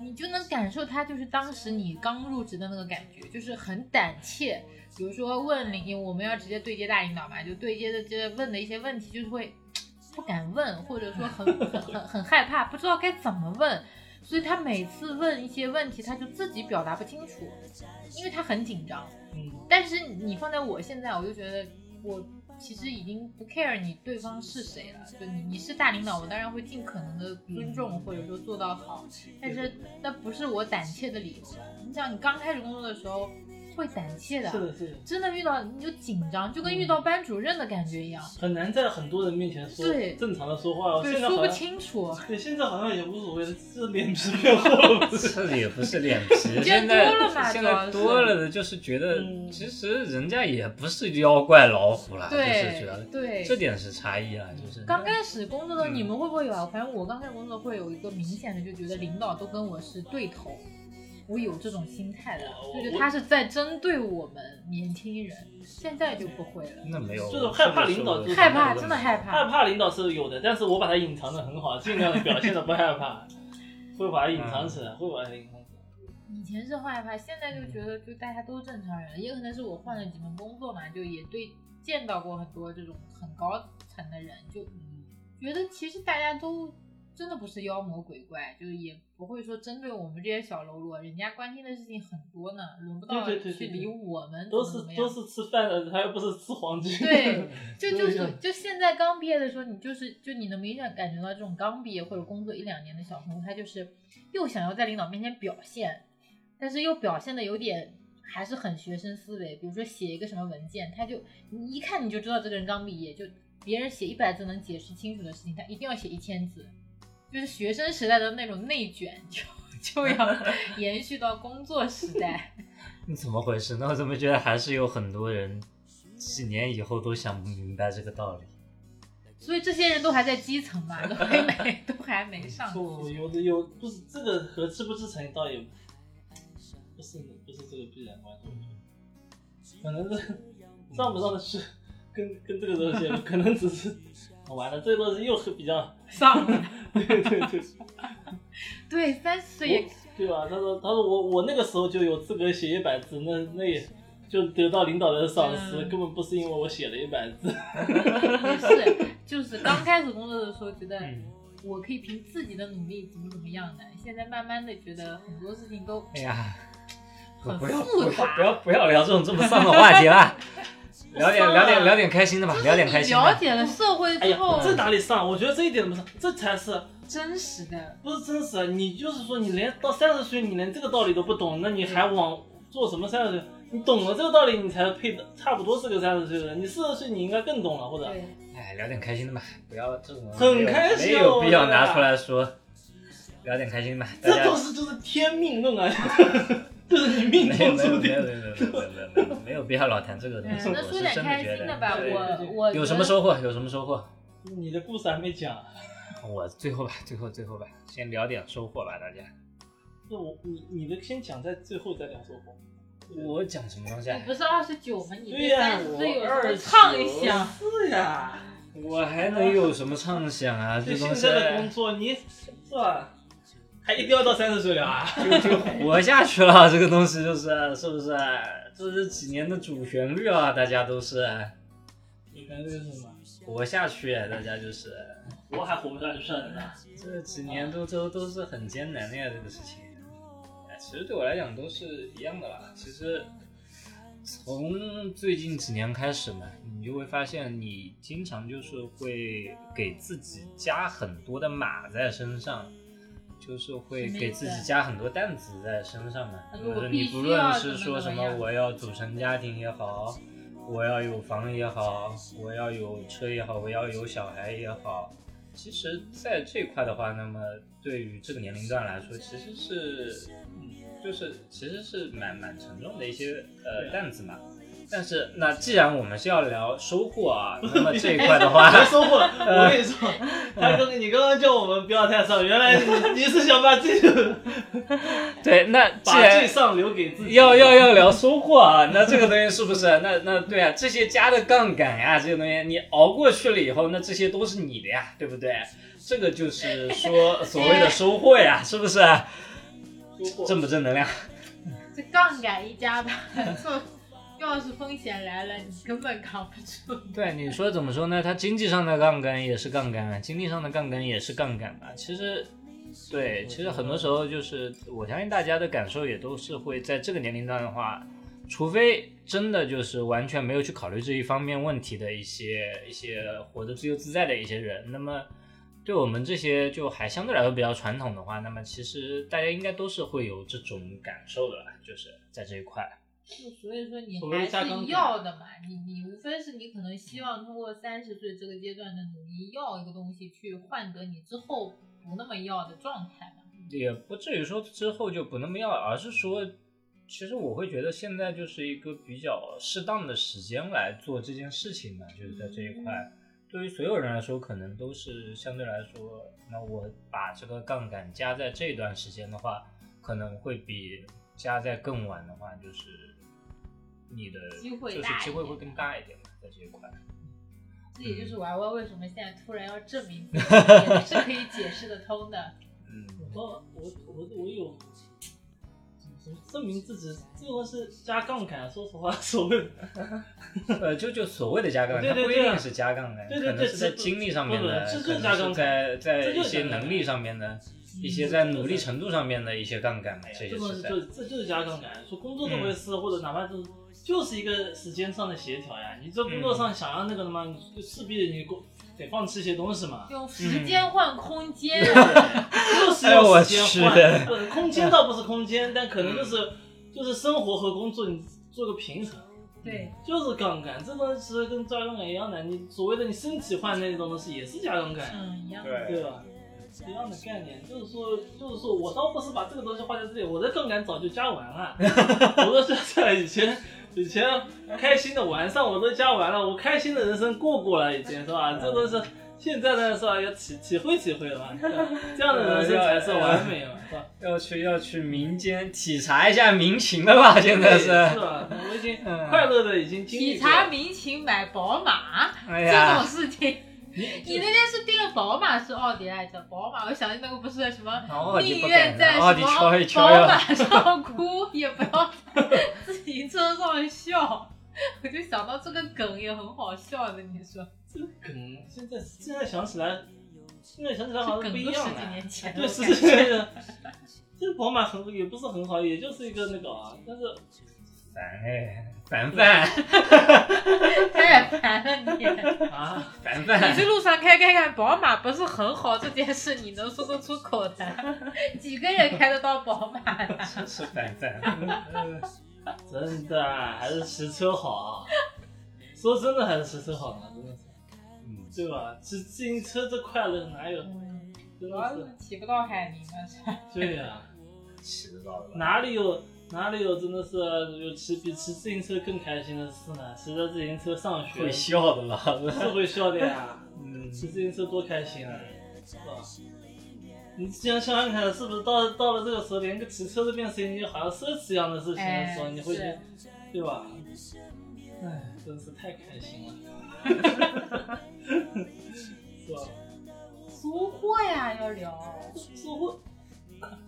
S2: 你就能感受她就是当时你刚入职的那个感觉，就是很胆怯。比如说问领，我们要直接对接大领导嘛，就对接的这问的一些问题，就是会不敢问，或者说很很很很害怕，不知道该怎么问。所以她每次问一些问题，她就自己表达不清楚，因为她很紧张。
S3: 嗯，
S2: 但是你放在我现在，我就觉得我其实已经不 care 你对方是谁了，就你你是大领导，我当然会尽可能的尊重或者说做到好，但是那不是我胆怯的理由了。你想，你刚开始工作的时候会胆怯
S3: 是
S2: 的，
S3: 的，是的，
S2: 真的遇到你就紧张，就跟遇到班主任的感觉一样，
S3: 很难在很多人面前说
S2: 对
S3: 正常的说话。我
S2: 对，
S3: 现
S2: 说
S3: 在哦好
S2: 不
S3: 像
S2: 清楚。
S3: 对现在好像也无所谓了，这脸皮变厚了。不是
S1: 这也不是脸皮，现在
S2: 多了嘛
S1: 现
S2: 主要
S1: 在
S2: 是
S1: 多了的就是觉得，
S3: 嗯
S1: 其实人家也不是妖怪老虎啦，就是
S2: 对
S1: 主要
S2: 对，
S1: 这点是差异啊，就是
S2: 刚开始工作的时
S1: 嗯
S2: 候你们会不会有啊？反正我刚开始工作会有一个明显的，就觉得领导都跟我是对头，我有这种心态的，
S3: 我
S2: 就觉得他是在针对我们年轻人。现在就不会了，
S1: 那没有，
S3: 就是害怕领导
S1: 这个
S3: 就是
S2: 害
S1: 没
S2: 怕，
S1: 有
S2: 真的害
S3: 害
S2: 怕。
S3: 怕领导是有的，但是我把它隐藏的很好，尽量的表现的不害 怕，会把它隐藏起来，会把它隐藏起来。
S2: 以前是害怕，现在
S3: 嗯
S2: 就觉得就大家都正常人，也可能是我换了几份工作嘛，就也对见到过很多这种很高层的人，就
S3: 嗯
S2: 觉得其实大家都真的不是妖魔鬼怪，就是也不会说针对我们这些小喽啰，人家关心的事情很多呢，轮不到
S3: 对对对
S2: 去
S3: 对对
S2: 理我们怎
S3: 都
S2: 么
S3: 是
S2: 怎么样
S3: 都。是吃饭的，他又不是吃黄金。
S2: 嗯 对，就就
S3: 对
S2: 是就现在刚毕业的时候，你就是就你能明显感觉到这种刚毕业或者工作一两年的小朋友，他就是又想要在领导面前表现，但是又表现的有点还是很学生思维。比如说写一个什么文件，他就你一看你就知道这个人刚毕业，就别人写一百字能解释清楚的事情，他一定要写一千字，就是学生时代的那种内卷就。就 要延续到工作时代，
S1: 你怎么回事？那我怎么觉得还是有很多人几年以后都想不明白这个道理？
S2: 所以这些人都还在基层嘛，都还没都还没上去。
S3: 不，有的有，不是这个和支不支撑倒也不
S2: 嗯
S3: 是不是这个必然关系，可能是上不上得去，跟跟这个东西可能只是 哦完了，这个东西又是比较，
S2: 上
S3: 对对对，
S2: 对三十岁也
S3: 我对吧？他说他说我我那个时候就有资格写一百字，那那也就得到领导的赏识，
S2: 嗯
S3: 根本不是因为我写了一百字，
S2: 也是，就是刚开始工作的时候觉得
S1: 嗯，
S2: 我可以凭自己的努力怎么怎么样的，现在慢慢的觉得很多事情都
S1: 哎呀，不
S2: 很
S1: 不要不
S2: 复
S1: 要
S2: 杂
S1: 不要不要聊这种这么丧的话题了，聊点
S3: 丧啊
S1: 聊点聊点开心的吧，
S2: 就是
S1: 哎聊点
S2: 你
S1: 开心
S2: 了
S1: 的。
S2: 解了社会
S3: 哎
S2: 之
S3: 呀
S2: 后，，
S3: 这哪里上？我觉得这一点都不上，这才是
S2: 真实的，
S3: 不是真实啊！你就是说，你连到三十岁，你连这个道理都不懂，那你还往做什么三十岁？你懂了这个道理，你才配的差不多是个三十岁的人。你四十岁，你应该更懂了，或者
S2: 对，
S1: 哎，聊点开心的吧，不要这种
S3: 很
S1: 没有
S3: 开心啊
S1: 没有必要
S3: 我觉得
S1: 拿出来说。聊点开心吧，大
S3: 这
S1: 家
S3: 都是就是天命论啊， 就是你命
S1: 没有
S3: 中
S1: 没有没
S3: 注
S1: 有。没有没有
S3: 定
S1: 没有没有没有必要老谈这个东西，
S2: 嗯，
S1: 我
S2: 那
S1: 是
S2: 说
S1: 真的
S2: 点开
S1: 觉
S2: 心
S1: 得
S2: 的吧，
S3: 对对
S2: 我
S3: 对
S2: 我
S1: 有什么
S2: 觉得
S1: 收获？有什么收获？
S3: 你的故事还没讲，啊
S1: 我最后吧，最后最后吧，先聊点收获吧，大家。
S3: 那我你你的先讲，在最后再聊收获。
S1: 我讲什么东西啊
S2: 你？不是二十九吗？你
S3: 对
S2: 对
S3: 呀、
S2: 三十
S3: 我
S2: 岁有什
S3: 二
S2: 么
S3: 十
S2: 畅想？
S3: 是呀，
S1: 我还能有什么畅想啊？
S3: 就
S1: 这
S3: 现
S1: 东西
S3: 在的工作，你是吧？还一定要到三十岁了啊？
S1: 活下去了，这个东西就是是不是？这是几年的主旋律啊，大家都是
S3: 你感觉是什么？
S1: 活下去，大家就是
S3: 我还活不下去了呢。
S1: 这几年都都都是很艰难的呀，这个事情。哎其实对我来讲都是一样的啦。其实从最近几年开始嘛，你就会发现你经常就是会给自己加很多的码在身上。就是会
S2: 什么意思啊
S1: 给自己加很多担子在身上嘛，
S2: 嗯
S1: 就是
S2: 我
S1: 你
S2: 必
S1: 不
S2: 须要
S1: 论是说什
S2: 怎么怎么
S1: 么
S2: 样
S1: 我要组成家庭也好，我要有房也好，我要有车也好，我要有小孩也好，其实在这块的话，那么对于这个年龄段来说，其实是，嗯就是其实是蛮蛮沉重的一些呃
S3: 对
S1: 担子嘛。但是那既然我们是要聊收获啊，那么这一块的 话，
S3: 别收获了。我跟你说，他哥，你刚刚叫我们不要太丧，原来你你是想把这个
S1: 对，那既
S3: 把最
S1: 然
S3: 丧留给自己。
S1: 要要要聊收获啊，那这个东西是不是？那那对啊，这些加的杠杆呀、这些东西你熬过去了以后，那这些都是你的呀，对不对？这个就是说所谓的收获呀，是不是？
S3: 收获，
S1: 正不正能量？
S2: 这杠杆一加吧， 就要是风险来了，你根本扛不住。
S1: 对，你说怎么说呢？它经济上的杠杆也是杠杆啊，经济上的杠杆也是杠杆嘛。其实，对，其实很多时候就是，我相信大家的感受也都是会在这个年龄段的话，除非真的就是完全没有去考虑这一方面问题的一些一些活得自由自在的一些人，那么。对我们这些就还相对来说比较传统的话，那么其实大家应该都是会有这种感受的啦，就是在这一块。
S2: 就所以说你
S3: 所谓
S2: 还
S3: 加杠
S2: 是
S3: 杆
S2: 要的嘛，你你无非是你可能希望通过三十岁这个阶段的努力要一个东西去换得你之后不那么要的状态嘛。
S1: 也不至于说之后就不那么要，而是说，其实我会觉得现在就是一个比较适当的时间来做这件事情嘛，就是在这一块，
S2: 嗯
S1: 对于所有人来说，可能都是相对来说，那我把这个杠杆加在这段时间的话，可能会比加在更晚的话，就是你的
S2: 机会
S1: 就是
S2: 大一
S1: 机会会
S2: 点
S1: 更大一点嘛，在这一块。
S2: 这也
S3: 嗯
S2: 就是娃娃为什么现在突然要证明自己， 也是可以解释得通的。
S1: 嗯，
S3: 我我我我有证明自己，这个是加杠杆。说实话，所谓
S1: 呃，就就所谓的加杠杆，
S3: 对对
S1: 它不一
S3: 对啊
S1: 定是加杠杆，
S3: 对对
S1: 可能
S3: 对
S1: 是在
S3: 这不
S1: 精力上面的，
S3: 不不这
S1: 可
S3: 就是加
S1: 能是
S3: 杠杆
S1: 在在
S3: 这
S1: 一
S3: 就是
S1: 些
S3: 加杠嗯杆
S1: 能力上面的，一些在努力程度上面的一些杠杆嘛，这
S3: 哎这
S1: 些
S3: 东
S1: 是嗯
S3: 西
S1: 在
S3: 就。是这就是加杠杆。说工作这回事，或者哪怕就是就是一个时间上的协调呀。你这工作
S1: 嗯
S3: 上想要那个的嘛，你就势必你工得放弃一些东西 嘛。
S2: 用
S3: 嗯
S2: 时间换空 间，
S3: 就是
S1: 哎
S3: 要时间换，不是空间倒不是空间，但可能就是
S1: 嗯
S3: 就是生活和工作你做个平衡，
S2: 对，
S3: 就是杠杆，这东西跟加杠杆一样的，你所谓的你身体换那种东西也是加杠杆，
S2: 嗯，一样的。
S1: 对
S3: 对吧？一样的概念，就是说，就是说我倒不是把这个东西画在这里，我的杠杆早就加完了， 我都是在以前以前开心的玩上我都加完了，我开心的人生过过了已经是吧？这都
S1: 嗯
S3: 是现在的是吧？要体体会体会了吧，对吧这样的人生才是完美嘛，是吧？
S1: 嗯要去要去民间体察一下民情的吧，现在是。
S3: 是吧？我近
S1: 嗯
S3: 快乐的已经经历
S2: 体
S3: 过。
S2: 察民情买宝马、
S1: 哎
S2: 这
S1: 呀
S2: 种，事情， 你那天是订了宝马是奥迪来着？宝马，我想起那个不是什么。
S1: 奥迪
S2: 宁
S1: 不
S2: 愿
S1: 敢
S2: 在
S1: 当，
S2: 什
S1: 奥迪
S2: 么
S1: 敲一敲
S2: 宝
S1: 呀
S2: 马，上哭，也不要在自行车上笑。我就想到这个梗也很好笑的，你说
S3: 梗，嗯现在现在想起来，现在想起来好
S2: 这
S3: 像
S2: 梗
S3: 不一
S2: 都
S3: 样
S2: 十几
S3: 了。
S2: 年前了，
S3: 对，
S2: 我
S3: 是
S2: 感
S3: 是
S2: 觉
S3: 是。这个宝马很也不是很好，也就是一个那个啊，但是
S1: 烦哎，烦烦
S2: 太烦 了你。
S1: 啊，烦
S2: 你
S1: 烦
S2: 去，路上开开看，宝马不是很好这件事，你能说得出口的？几个人开得到宝马呀？
S1: 真是烦烦。
S3: 真的还是实车好啊。说真的，还是实车好呢，真的是，
S1: 嗯，
S3: 对吧？骑自行车这快乐哪有？
S2: 嗯
S3: 真
S2: 主要
S3: 的
S2: 是
S3: 是，
S2: 骑不到海宁啊了，是 吧？
S3: 对呀、
S1: 骑得到的吧？
S3: 哪里有哪里有真的是有骑比骑自行车更开心的事呢？骑着自行车上学
S1: 会
S3: 是
S1: 笑的了。
S3: 会笑的呀，
S1: 嗯，
S3: 骑自行车多开心啊，是吧？你这样想想看，是不是到到了这个时候，连个骑车都变成一件好像奢侈一样的事情的
S2: 哎
S3: 时候，，你会觉得
S2: 是，
S3: 对吧？哎，真是太开心了， 是吧？
S2: 收获呀，要聊。
S3: 收获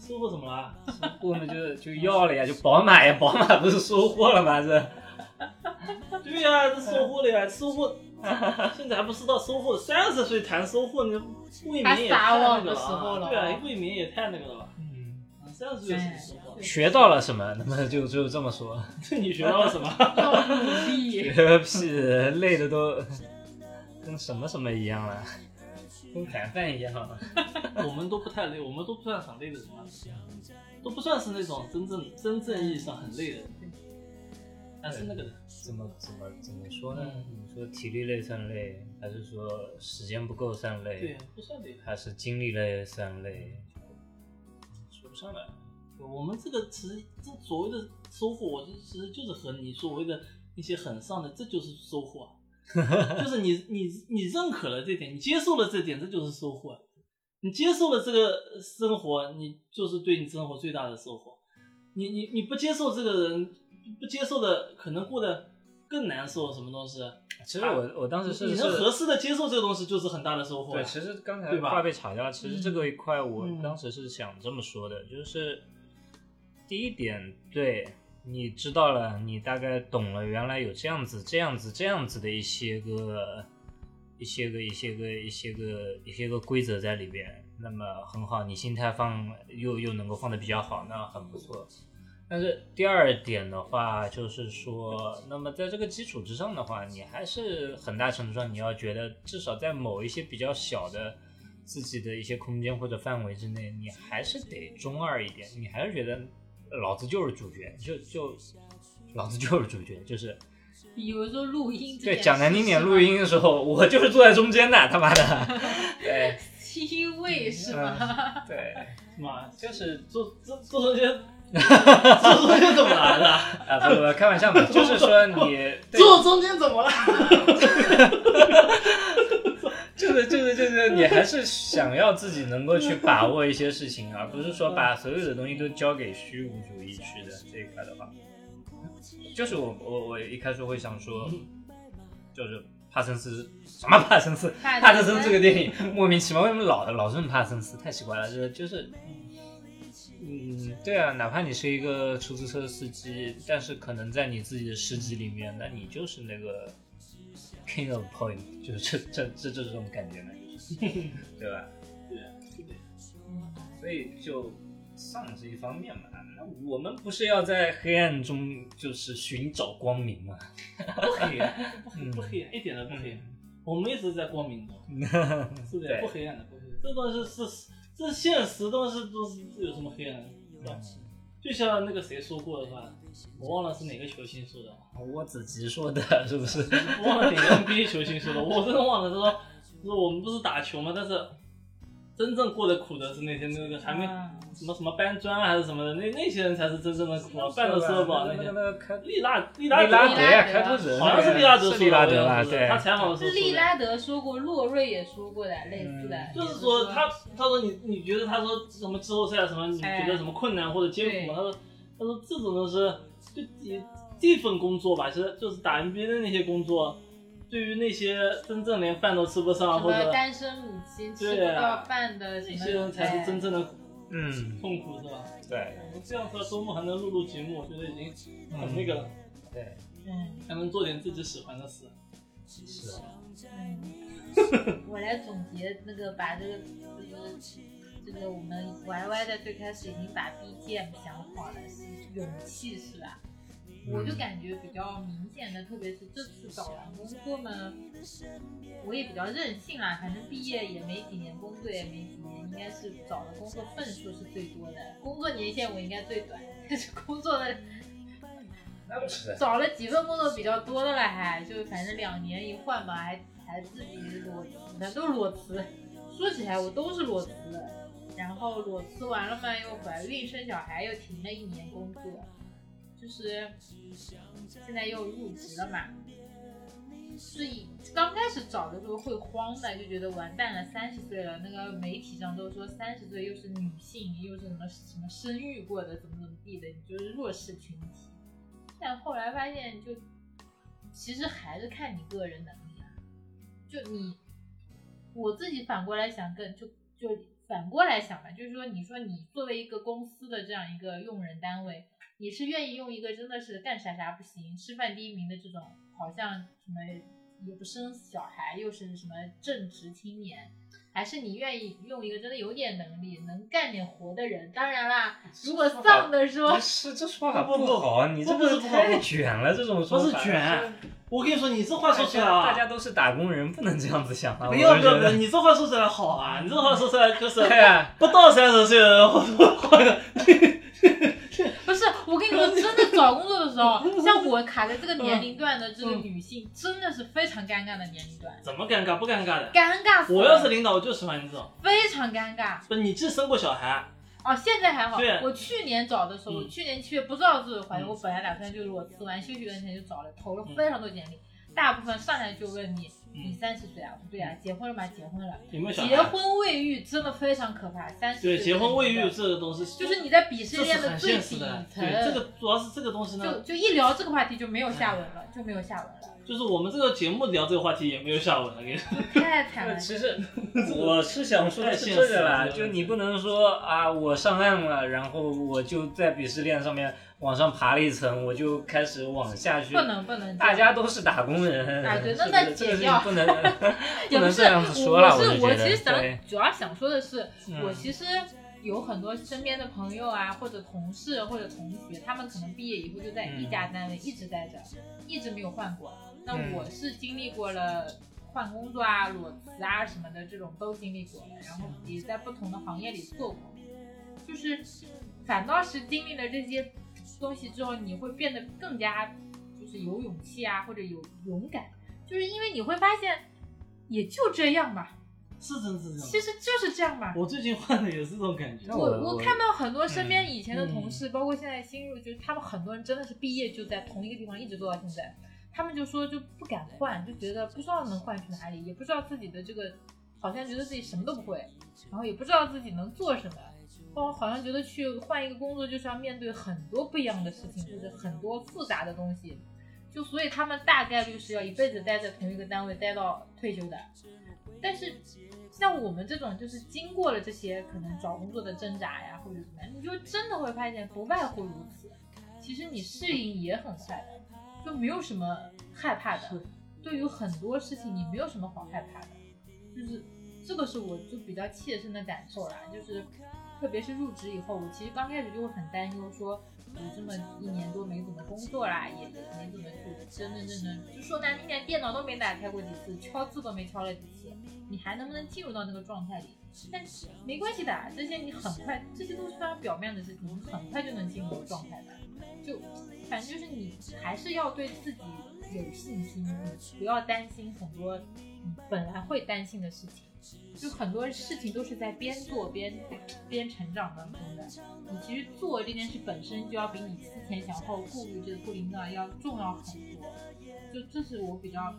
S3: 收获什么啊啦？
S1: 过呢就就要了呀，就宝马呀，宝马不是收获了吗？这
S3: 对呀、这收获了呀，收获。
S2: 哎
S3: 现在还不知道收获，三十岁谈收获，你未免
S2: 还
S3: 也太那个
S2: 撒网的时候
S3: 了啊，
S2: 了哦哎
S3: 对啊，未免也太那个了吧？
S1: 嗯，
S3: 三十岁有什么 收获？
S1: 学到了什么？那么就就这么说，
S3: 这你学到了什么？
S2: 要努力。
S1: 学个屁，累的都跟什么什么一样了，跟赶饭一样啊了。
S3: 我们都不太累，我们都不算很累的人啊，都不算是那种真正真正意义上很累的人，还是那个人。
S1: 怎么怎么怎么说呢？
S3: 嗯
S1: 你说体力累算累，还是说时间不够算
S3: 对
S1: 累，，
S3: 不算累的。
S1: 还是精力累算累？说不上来。
S3: 我们这个其实这所谓的收获，我就其实就是和你所谓的那些很上的，这就是收获啊。就是你你你认可了这点，你接受了这点，这就是收获啊。你接受了这个生活，你就是对你生活最大的收获。你你你不接受这个人，不接受的可能过得更难受，什么东西？啊
S1: 其实我我当时是
S3: 你能合适的接受这个东西，就是很大的收获啊。
S1: 对，其实刚才
S3: 对吧
S1: 话被岔掉了。其实这个一块，我
S3: 嗯
S1: 当时是想这么说的，就是第一点，对你知道了，你大概懂了，原来有这样子、这样子、这样子的一些个、一些个、一些个、一些个、一些个规则在里边。那么很好，你心态放又又能够放的比较好，那很不错。但是第二点的话，就是说，那么在这个基础之上的话，你还是很大程度上你要觉得，至少在某一些比较小的自己的一些空间或者范围之内，你还是得中二一点，你还是觉得老子就是主角，就就老子就是主角，就是
S2: 比如说录音这件
S1: 对
S2: 事，
S1: 讲难听点，录音的时候，我就是坐在中间的，他妈的，对
S2: 亲卫是吗？
S1: 嗯对，
S3: 妈，
S1: 就是
S3: 做做做这些，嗯 做中间怎么来的？
S1: 啊，不不，开玩笑嘛，就是说你对
S3: 做中间怎么了？
S1: 就是就是就是，你还是想要自己能够去把握一些事情，啊而不是说把所有的东西都交给虚无主义去的这一块的话，就是我我我一开始会想说，就是帕森斯什么帕森斯，
S2: 帕森斯
S1: 帕森斯这个电影莫名其妙为什么老老是用帕森斯，太奇怪了，就是就是。嗯，对啊，哪怕你是一个出租车司机，但是可能在你自己的诗集里面，那你就是那个 king of point，就是这这这这种感觉呢， 对吧？
S2: 嗯
S1: 所以就丧是一方面嘛，那我们不是要在黑暗中就是寻找光明嘛？
S3: 不 黑暗，不黑，不黑暗，一点都不黑暗。我们一直在光明中，是的，
S1: 对
S3: 不黑暗啊的，不黑暗。这东西是这现实东西，都是这有什么黑暗的？是吧就像那个谁说过的话，我忘了是哪个球星说的，
S1: 我自己说的是不 是？
S3: 我忘了哪个 NBA 球星说的，我真的忘了。他说，他说我们不是打球吗？但是真正过得苦的是那些那个还没
S2: 啊
S3: 什么什么搬砖啊还是什么的，那那些人才是真正的苦啊，办都吃不饱那
S1: 那个。
S3: 些
S1: 那个开
S3: 利拉利拉
S1: 利拉德
S3: 德
S1: 呀，开拓者
S3: 好像是利拉德说
S1: 是
S3: 的，
S1: 利拉德
S3: 好
S1: 吧？
S3: 像是
S1: 对，
S3: 他采访的时候
S2: 是
S3: 说
S2: 利
S3: 的
S2: 拉德说过，洛瑞也说过的类似的，
S1: 嗯
S3: 就是
S2: 说
S3: 说他他说你你觉得他说什么之后赛什么你觉得什么困难或者艰苦吗？
S2: 哎
S3: 他说他说这种东西就也这份工作吧，其实就是打 NBA 的那些工作，对于那些真正连饭都吃不
S2: 什
S3: 上或
S2: 么
S3: 者
S2: 单身母亲吃不
S3: 对啊
S2: 到饭的什
S3: 这
S2: 么，
S3: 些人才是真正的
S1: 嗯，
S3: 痛苦，是吧？
S1: 对
S3: 我们这样说周末还能录录节目，我觉得已经很那个了，
S1: 对，
S2: 嗯。
S3: 还能做点自己喜欢的事。
S1: 是啊，
S2: 嗯 我来总结那个，把这个就是这个我们 YY 的最开始已经把 BGM 想好了，是勇气是吧？我就感觉比较明显的，特别是这次找完工作呢，我也比较任性啊，反正毕业也没几年，工作也没几年，应该是找的工作份数是最多的，工作年限我应该最短，但是工作的
S1: 那不是的，
S2: 找了几份工作比较多的了还，就反正两年一换嘛，还还自己裸辞，的，都是裸辞。说起来我都是裸辞，然后裸辞完了嘛，又怀孕生小孩，又停了一年工作，就是现在又入职了嘛。是以刚开始找的时候会慌的，就觉得完蛋了，三十岁了。那个媒体上都说三十岁又是女性，又是什么什么生育过的，怎么怎么地的，你就是弱势群体。但后来发现就，其实还是看你个人能力啊。就你，我自己反过来想跟就就反过来想吧，就是说，你说你作为一个公司的这样一个用人单位，你是愿意用一个真的是干啥啥不行、吃饭第一名的这种，好像什么也不生小孩，又是什么正直青年。还是你愿意用一个真的有点能力、能干点活的人？当然啦，如果丧的说
S1: 不，哎是这说法
S3: 不不不
S1: 好，你这
S3: 不
S1: 个
S3: 不不不不
S1: 太卷了，这种说法
S3: 不是卷，我跟你说，你这话
S1: 大家
S3: 说出来啊，
S1: 大家都是打工人，不能这样子想啊，
S3: 没有
S1: 我就
S3: 没
S1: 觉
S3: 有
S1: 得
S3: 没有，你这话说出来好啊，你这话说出来 就是
S1: 对啊，
S3: 不到三十岁的人，我说话的
S2: 不是，我跟你说，真的找工作的时 候，像我卡在这个年龄段的这个女性，真的是非常尴尬的年龄段，
S3: 怎么尴尬不尴尬的？
S2: 尴尬死了
S3: 我要是领导，我就喜欢你这种。
S2: 非常尴尬。
S3: 不，你既生过小孩，
S2: 哦，现在还好
S3: 对。
S2: 我去年找的时候，
S3: 嗯
S2: 我去年七月不知道自己怀孕，
S3: 嗯
S2: 我本来打算就是我辞完休息完前就找了，投了非常多简历，
S3: 嗯
S2: 大部分上来就问你，你三十岁啊？不对啊，结婚了吗？结婚了。
S3: 有没有小
S2: 结
S3: 孩？
S2: 婚未育真的非常可怕，三十岁
S3: 对，结婚未育
S2: 的
S3: 这个东西，
S2: 就是你在鄙视
S3: 这
S2: 链
S3: 是
S2: 的
S3: 很
S2: 最
S3: 现
S2: 底
S3: 实
S2: 层
S3: 的。。对，这个主要是这个东西
S2: 就
S3: 呢，
S2: 就一聊这个话题就没有下文了，就没有下 文了，
S3: 就是我们这个节目聊这个话题也没有下文了，跟你说
S2: 太惨 了。
S1: 其实 我是想说的是这个啦，就你不能说啊，我上岸了，然后我就在鄙视链上面往上爬了一层，我就开始往下去。
S2: 不能不能，
S1: 大家都是打工人，
S2: 啊对那
S1: 这
S2: 那
S1: 个这
S2: 解
S1: 个事情
S2: 掉
S1: 不能 不
S2: 也不
S1: 能
S2: 是
S1: 这样子说了，
S2: 我
S1: 就
S2: 不是
S1: 觉
S2: 我
S1: 得
S2: 其实
S1: 对
S2: 想，主要想说的是，
S1: 嗯
S2: 我其实有很多身边的朋友啊，或者同事或者同学，他们可能毕业以后就在一家单位一直待着，一直没有换过。那
S1: 嗯
S2: 我是经历过了。换工作啊、裸辞啊什么的，这种都经历过了，然后也在不同的行业里做过，就是反倒是经历了这些东西之后，你会变得更加就是有勇气啊，或者有勇敢，就是因为你会发现也就这样嘛，
S3: 是真是
S2: 其
S3: 真。
S2: 实就是这样嘛。
S3: 我最近换的也是这种感觉
S1: 那，
S2: 我
S1: 我
S2: 我嗯看到很多身边以前的同事，包括现在新入，就是他们很多人真的是毕业就在同一个地方一直做到现在，他们就说就不敢换，就觉得不知道能换去哪里，也不知道自己的这个，好像觉得自己什么都不会，然后也不知道自己能做什么，包括好像觉得去换一个工作就是要面对很多不一样的事情，或者很多复杂的东西，就所以他们大概率是要一辈子待在同一个单位待到退休的。但是像我们这种，就是经过了这些可能找工作的挣扎呀，或者怎么样，你就真的会发现不外乎如此。其实你适应也很快的，就没有什么害怕的。对于很多事情，你没有什么好害怕的，就是这个是我就比较切身的感受啦。就是特别是入职以后，我其实刚开始就会很担忧，说我这么一年多没怎么工作啦，也也没怎么去真真正正，就说难听点，电脑都没打开过几次，敲字都没敲了几次。你还能不能进入到那个状态里？但是没关系的，啊这些你很快，这些都是非常表面的事情，你很快就能进入状态的。就反正就是你还是要对自己有信心，你不要担心很多你本来会担心的事情。就很多事情都是在边做边边成长当中的。你其实做这件事本身就要比你思前想后、顾虑这个顾虑那要重要很多。就这是我比较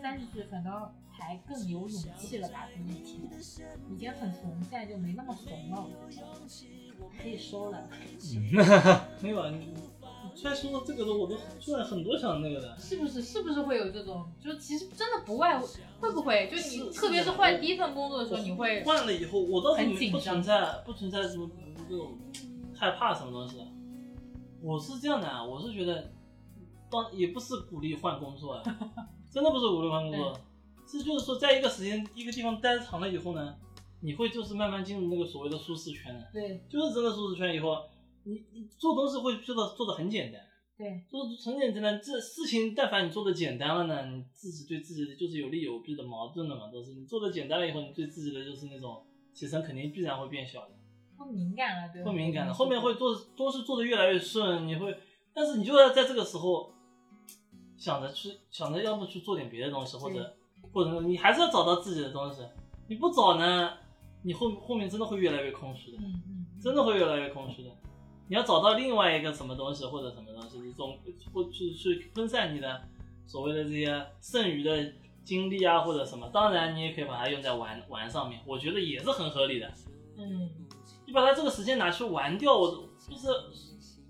S2: 三十岁反倒还更有勇气了吧？比以前，以前很怂，现在就没那么怂了。我觉得可以收了。
S1: 嗯
S3: 没有啊，你突然说到这个了，我都突然很多想那个的。
S2: 是不是是不是会有这种？就其实真的不外乎会不会，就你特别是换第一份工作的时候，你会
S3: 换了以后，我倒是
S2: 很
S3: 没
S2: 紧
S3: 不
S2: 张
S3: 存在不存在什么这种害怕什么东西的。我是这样的啊，我是觉得，当也不是鼓励换工 作啊，真的不是鼓励换工作，是就是说在一个时间一个地方待长了以后呢，你会就是慢慢进入那个所谓的舒适圈的，
S2: 对
S3: 就是真的舒适圈以后，你你做东西会做的做的很简单。
S2: 对
S3: 做很简单的，这事情但凡你做的简单了呢，你自己对自己的就是有利有弊的矛盾的嘛，都是你做的简单了以后，你对自己的就是那种提升肯定必然会变小的，
S2: 会敏感了，对嗯
S3: 会敏感的，后面会做都嗯是做的越来越顺，你会，但是你就要在这个时候想着去想着要么去做点别的东西，或者或者你还是要找到自己的东西，你不找呢，你后后面真的会越来越空虚的。
S2: 嗯嗯嗯
S3: 真的会越来越空虚的。你要找到另外一个什么东西或者什么东西，你总或去去分散你的所谓的这些剩余的精力啊，或者什么。当然，你也可以把它用在玩玩上面，我觉得也是很合理的。
S2: 嗯
S3: 你把它这个时间拿去玩掉，我就是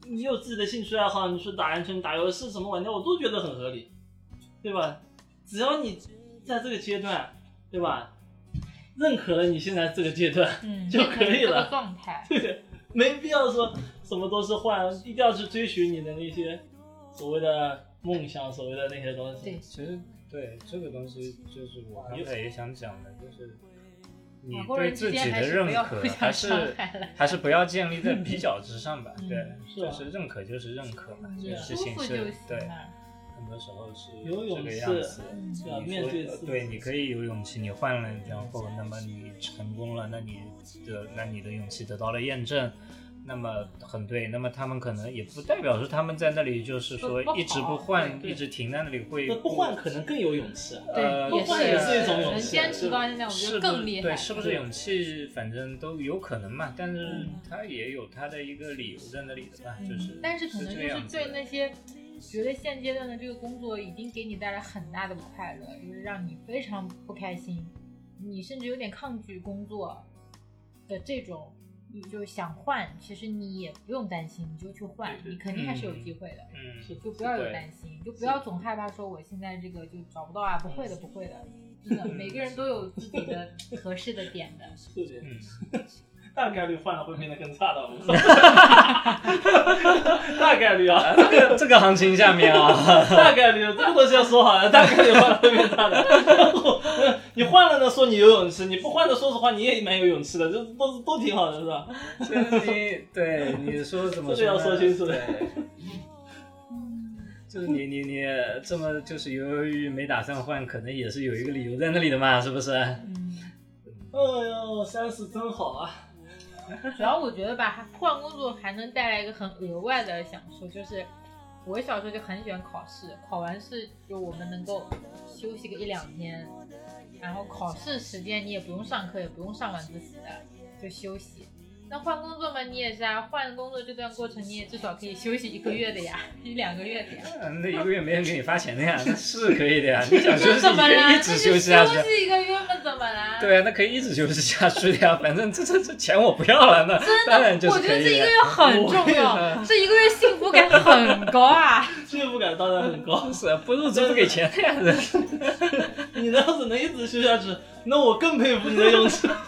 S3: 你有自己的兴趣爱好，你去打篮球、你打游戏什么玩掉，我都觉得很合理，对吧？只要你在这个阶段，对吧？认可了你现在这个阶段，
S2: 嗯
S3: 就可以
S2: 这
S3: 了
S2: 个状态，
S3: 对，没必要说什么都是换，一定要去追寻你的那些所谓的梦想，所谓的那些东西。
S2: 对
S1: 其实对这个东西，就是我刚才也想讲的，就是你
S2: 两国
S1: 对
S2: 人
S1: 自
S2: 之间
S1: 己
S2: 还
S1: 的
S2: 是
S1: 认
S2: 不要
S1: 可
S2: 互
S1: 还
S2: 相伤
S1: 是
S2: 害了。
S1: 还是不要建立在比较之上吧。
S2: 嗯
S1: 对，
S3: 是啊
S1: 就是认可就是认可嘛，这
S2: 你
S1: 个
S2: 舒
S1: 事情
S2: 服
S1: 是
S2: 就行
S1: 对，
S2: 了。
S1: 很多时候是
S3: 有
S1: 这
S3: 勇
S1: 个
S3: 气
S1: 样子。
S2: 嗯
S3: 对啊，
S1: 你
S3: 面对
S1: 说
S3: 自
S1: 对，
S3: 己
S1: 你可以有勇气，你换了然后，那么你成功了，那你的那你的勇气得到了验证，那么很对，那么他们可能也不代表说他们在那里就是说
S2: 不不好
S1: 一直不换，
S2: 对对
S1: 一直停在那里会
S3: 那不换可能更有勇气。啊
S1: 呃
S2: 对，
S3: 不换也是一种勇
S2: 能
S3: 气
S2: 坚持到现在，我觉
S1: 是
S2: 得
S1: 不
S2: 更厉害。
S1: 对，是不是勇气，反正都有可能嘛，但是
S2: 嗯
S1: 他也有他的一个理由在那里的吧，就是
S2: 嗯，但是可能
S1: 这
S2: 就
S1: 样
S2: 是
S1: 子
S2: 对
S1: 的
S2: 那些觉得现阶段的这个工作已经给你带来很大的不快乐，就是让你非常不开心，你甚至有点抗拒工作的这种，你就想换，其实你也不用担心，你就去换，
S3: 对对
S2: 你肯定还是有机会的。
S1: 嗯，
S3: 是
S2: 就不要有
S1: 对
S2: 担心，就不要总害怕说我现在这个就找不到啊，不会的，不会的，真的，每个人都有自己的合适的点的。
S3: 对对，
S1: 嗯，
S3: 大概率换了会变得更差的。我们大概率啊，
S1: 这个这个行情下面啊，
S3: 大概率，这个东西要说好了，大概率换了会变差的。 你换了呢，说你有勇气；你不换的，说实话你也蛮有勇气的，这都都挺好的，是吧？
S1: 就是你对你说怎么
S3: 这个要
S1: 呢
S3: 说清楚的
S1: 对就是你你你这么就是犹犹豫豫没打算换，可能也是有一个理由在那里的嘛，是不是？
S2: 嗯，
S3: 哎呦，三十真好啊！
S2: 主要我觉得吧，还换工作还能带来一个很额外的享受，就是我小时候就很喜欢考试，考完试就我们能够休息个一两天，然后考试时间你也不用上课，也不用上晚自习的，就休息。那换工作嘛，你也是啊，换工作这段过程你也至少可以休息一个月的呀，一两个月的呀。
S1: 嗯那一个月没人给你发钱的呀，那是可以的呀，你想休息
S2: 怎
S1: 你
S2: 么
S1: 可
S2: 啦？
S1: 以一
S2: 那
S1: 直
S2: 就
S1: 休
S2: 休
S1: 息下去。
S2: 息一个月嘛，怎么啦？
S1: 对啊，那可以一直休息下去的呀，反正这这这钱我不要了，那当然就是
S2: 我觉
S1: 可
S2: 得这一
S1: 以
S2: 个
S1: 的
S2: 月。很重要，这一个月幸福感很高啊！
S3: 幸福感当然很高。
S1: 是啊，不入职不给钱的呀，这
S3: 你要是能一直修下去，那我更佩服你的勇气。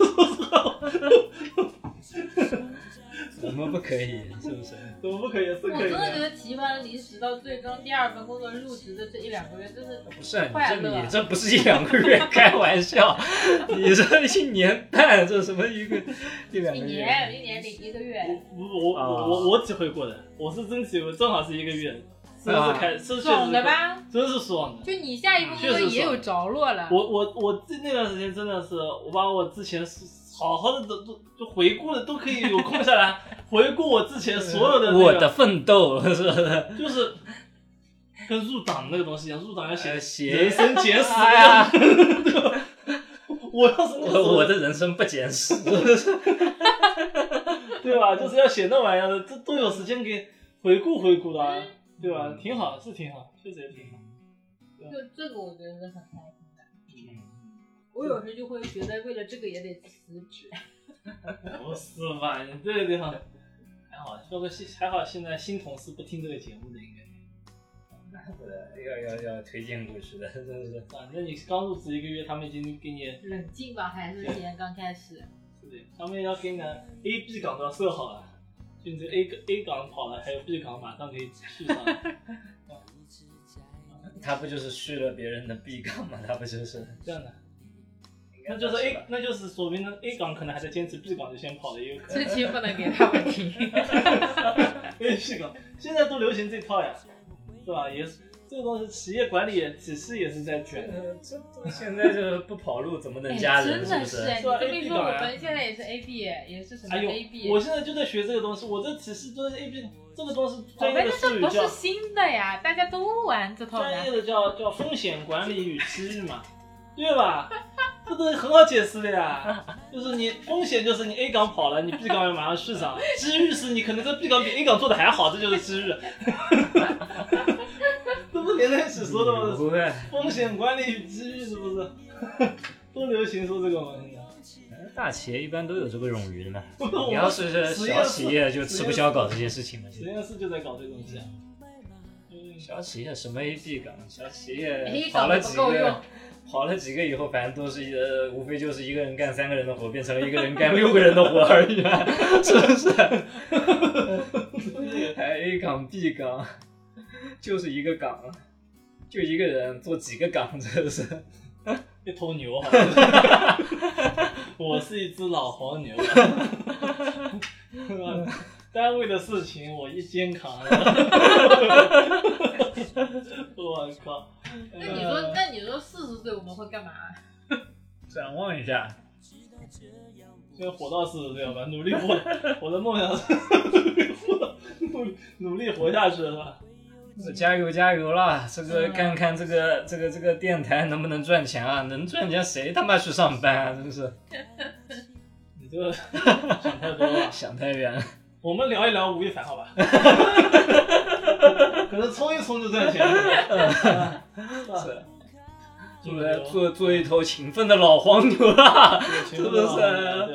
S1: 我们不可以，是不是？
S3: 怎么不可以？是
S2: 我
S3: 可
S2: 真
S3: 以
S2: 的觉得
S3: 的。
S2: 提完离职到最终第二份工作入职的这一两个月，真是
S1: 不是啊
S2: 快
S1: 你这
S2: 乐
S1: 你这不是一两个月，开玩笑，你这一年半，这什么一个一两
S2: 一
S1: 个月？
S2: 年一年零一个月，
S3: 我我
S1: 啊
S3: 我我我体会过的，我是真体会，正好是一个月，真的
S1: 啊
S3: 是开，是确实
S2: 爽的？吧？
S3: 真是爽的。
S2: 就你下一份工作也有着落了，
S3: 我我我这那段时间真的是，我把我之前好好的都都就回顾了，都可以有空下来回顾我之前所有的、那个，
S1: 我的奋斗是不是？
S3: 就是跟入党那个东西一样，入党要写
S1: 呃写
S3: 人生简史
S1: 哎呀，
S3: 我要是那个时候
S1: 我我的人生不简史，
S3: 对吧？就是要写那玩意儿的，这都有时间给回顾回顾的、啊，对吧？挺好，是挺好，确实也挺好。
S2: 就这个我觉得是很开心的。我有时就会 觉得为了这个也得辞职，
S3: 不是吧？你这个地方，还好，包括现还好现在新同事不听这个节目的应该。
S1: 要要要推荐故事的，真的是。
S3: 反正你刚入职一个月，他们已经给你，
S2: 冷静吧，还是前刚开始。
S3: 对不对？他们要给你 A、B 岗都要设好了，就你这 A A 岗跑了，还有 B 岗马上可以续上。
S1: 他不就是续了别人的 B 杠吗？他不就是？
S3: 这样的，那就是 A，那就是说明呢 A 岗可能还在坚持，B 岗就先跑了，也有可能
S2: 这。期不能给他们听。
S3: A B 岗现在都流行这套呀，是吧？也是这个东西，企业管理体系也是在卷的。
S1: 呃这这现在就是不跑路怎么能
S2: 哎
S1: 加
S2: 真
S1: 人？是嗯
S2: 的
S1: 不
S2: 哎
S1: 是？
S2: 你这么一说，我
S3: 是吧 A B 档啊
S2: 们现在也是 A B，也是什么
S3: 哎呦
S2: A B。，
S3: 我现在就在学这个东西，我这体系就是 A B，这个东西专业
S2: 反
S3: 的
S2: 正
S3: 术
S2: 这
S3: 语
S2: 不
S3: 叫
S2: 是啊新的呀，大家都玩这套
S3: 专业
S2: 的。
S3: 的叫叫风险管理与机遇嘛， 对吧？这都很好解释的 呀，就是你风险就是你 A 岗跑了，你 B 岗要马上续 上；机遇是你可能这 B 岗比 A 岗做的还好，这就是机遇。这不连在一起说的吗？
S1: 不会，
S3: 风险管理与机遇是不是？ 都流行说这个嘛，现在。
S1: 大企业一般都有这个冗余的嘛。
S3: 我们
S1: 你要是是
S3: 实验
S1: 小
S3: 室
S1: 企业，就吃不消搞这些事情了。
S3: 实验室就在搞这个东西啊。嗯
S1: 小企业什么 A B 岗，小企业
S2: A
S1: 跑
S2: 岗
S1: 了
S2: 都
S1: 几
S2: 不够用
S1: 个，，跑了几个以后，反正都是一呃，无非就是一个人干三个人的活，变成了一个人干六个人的活而已嘛，是不是？还 A 岗 B 岗，就是一个岗，就一个人做几个岗，这是。
S3: 一头 牛好了，我是一只老黄 牛，单位的事情我一肩扛。我靠！
S2: 那你说，那你说四十岁我们会干嘛？
S1: 展望一下，
S3: 现在活到四十岁吧，努力活，我的梦想是 努力活，努努力活下去是吧？
S1: 加油加油啦！这个
S2: 嗯
S1: 看看这个这个这个电台能不能赚钱啊？能赚钱谁他妈去上班啊？真是
S3: 你这个想太多了。
S1: 想太远了。
S3: 我们聊一聊吴亦凡，好吧？可能冲一冲就赚钱了， 是吧？
S1: 是
S3: 做
S1: 做
S3: 个牛
S1: 做做一头勤奋的老黄牛啦，
S3: 是
S1: 是不是
S3: 对啊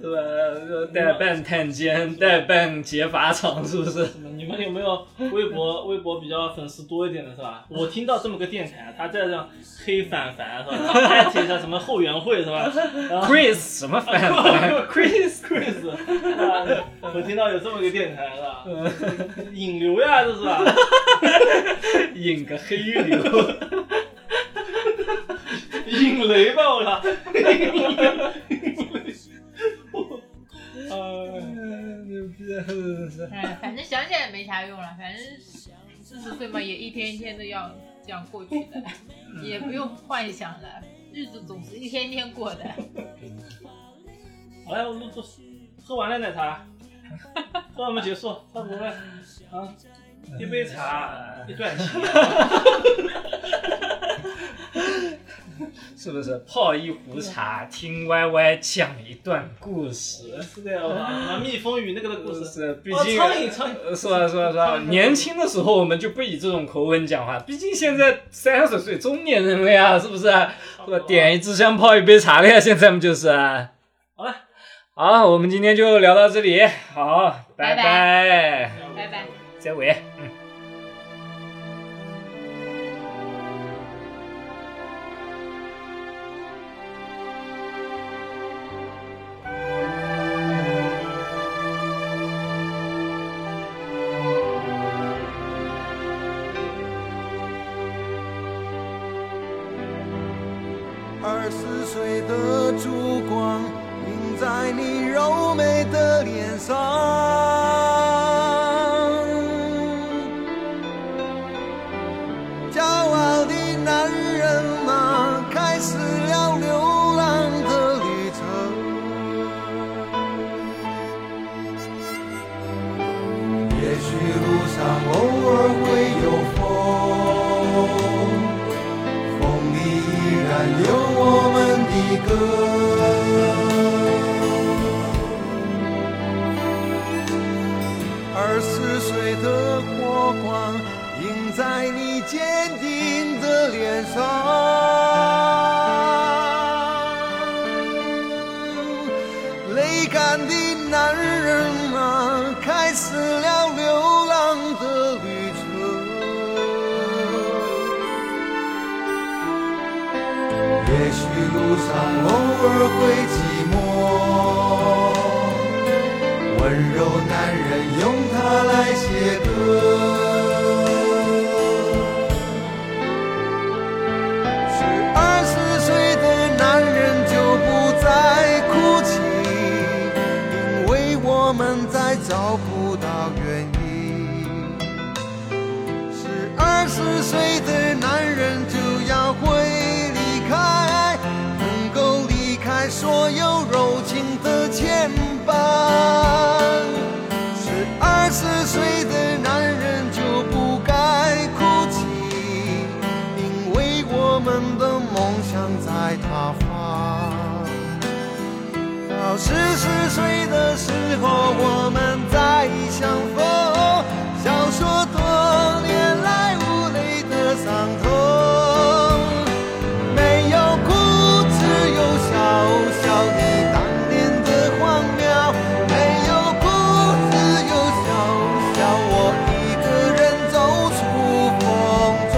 S1: 对吧？就代办探监，代办劫法场，是不是？
S3: 什么你们有没有微博微博比较粉丝多一点的是吧？我听到这么个电台，他在让黑反凡是吧？艾特一下什么后援会是吧？然后
S1: Chris 什么反派 ？Chris，
S3: Chris，是吧我听到有这么个电台是吧？引流呀，这是吧？
S1: 引个黑流，
S3: 引雷吧，我靠！呃，
S1: 牛逼！是是
S2: 哎，反正想起来也没啥用了，反正四十岁嘛，也一天一天都要这样过去的，也不用幻想了，日子总是一天天过的。
S3: 好哎了，我们喝喝完了奶茶，喝完我们结束，差不多了啊，一杯茶，一段情。
S1: 是不是？泡一壶茶，听 Y Y 讲一段故事。
S3: 是的呀，我那蜜蜂与那个的故
S1: 不
S3: 事，
S1: 是，毕
S3: 哦
S1: 竟
S3: 苍蝇苍
S1: 呃是吧是吧是吧？年轻的时候我们就不以这种口吻讲话，毕竟现在三十岁中年人了呀，是不是？是吧？点一支香，泡一杯茶了呀，现在我们就是。啊
S3: 好了，
S1: 好，我们今天就聊到这里，好，拜
S2: 拜拜
S1: 拜，
S2: 拜拜。
S1: 结尾。嗯
S4: 二十岁的烛光映在你柔美的脸上，骄傲的男人啊，开始了流浪的旅程。也许路上偶尔会有风。风里依然有我们的歌。二十岁的火光映在你坚定的脸上，泪干的男人啊，开始许路上偶尔会寂寞，温柔男人用它来写歌。是二十岁的男人就不再哭泣，因为我们再找不到原因。是二十岁的男人就要会离开，能够离开所有柔情的牵绊。是二十岁的男人就不该哭泣，因为我们的梦想在他方。到四十岁的时候，我们再相逢，笑说多年来无泪的伤痛。没有哭，只有笑，笑你当年的荒谬。没有哭，只有笑，笑我一个人走出风中。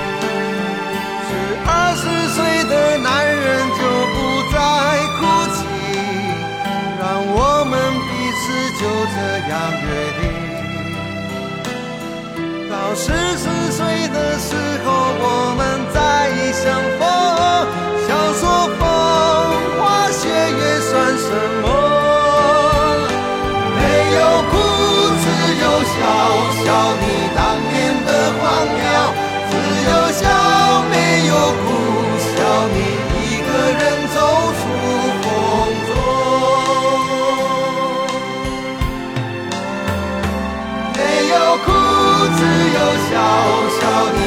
S4: 是二十岁的男人就不再哭泣，让我们彼此就这样约定。到四十岁的时候，我们再相逢，笑说风花雪月算什么？没有哭，只有笑，笑你当年的荒谬。只有笑，没有哭，笑你一个人走出风中。没有哭，只有笑，笑你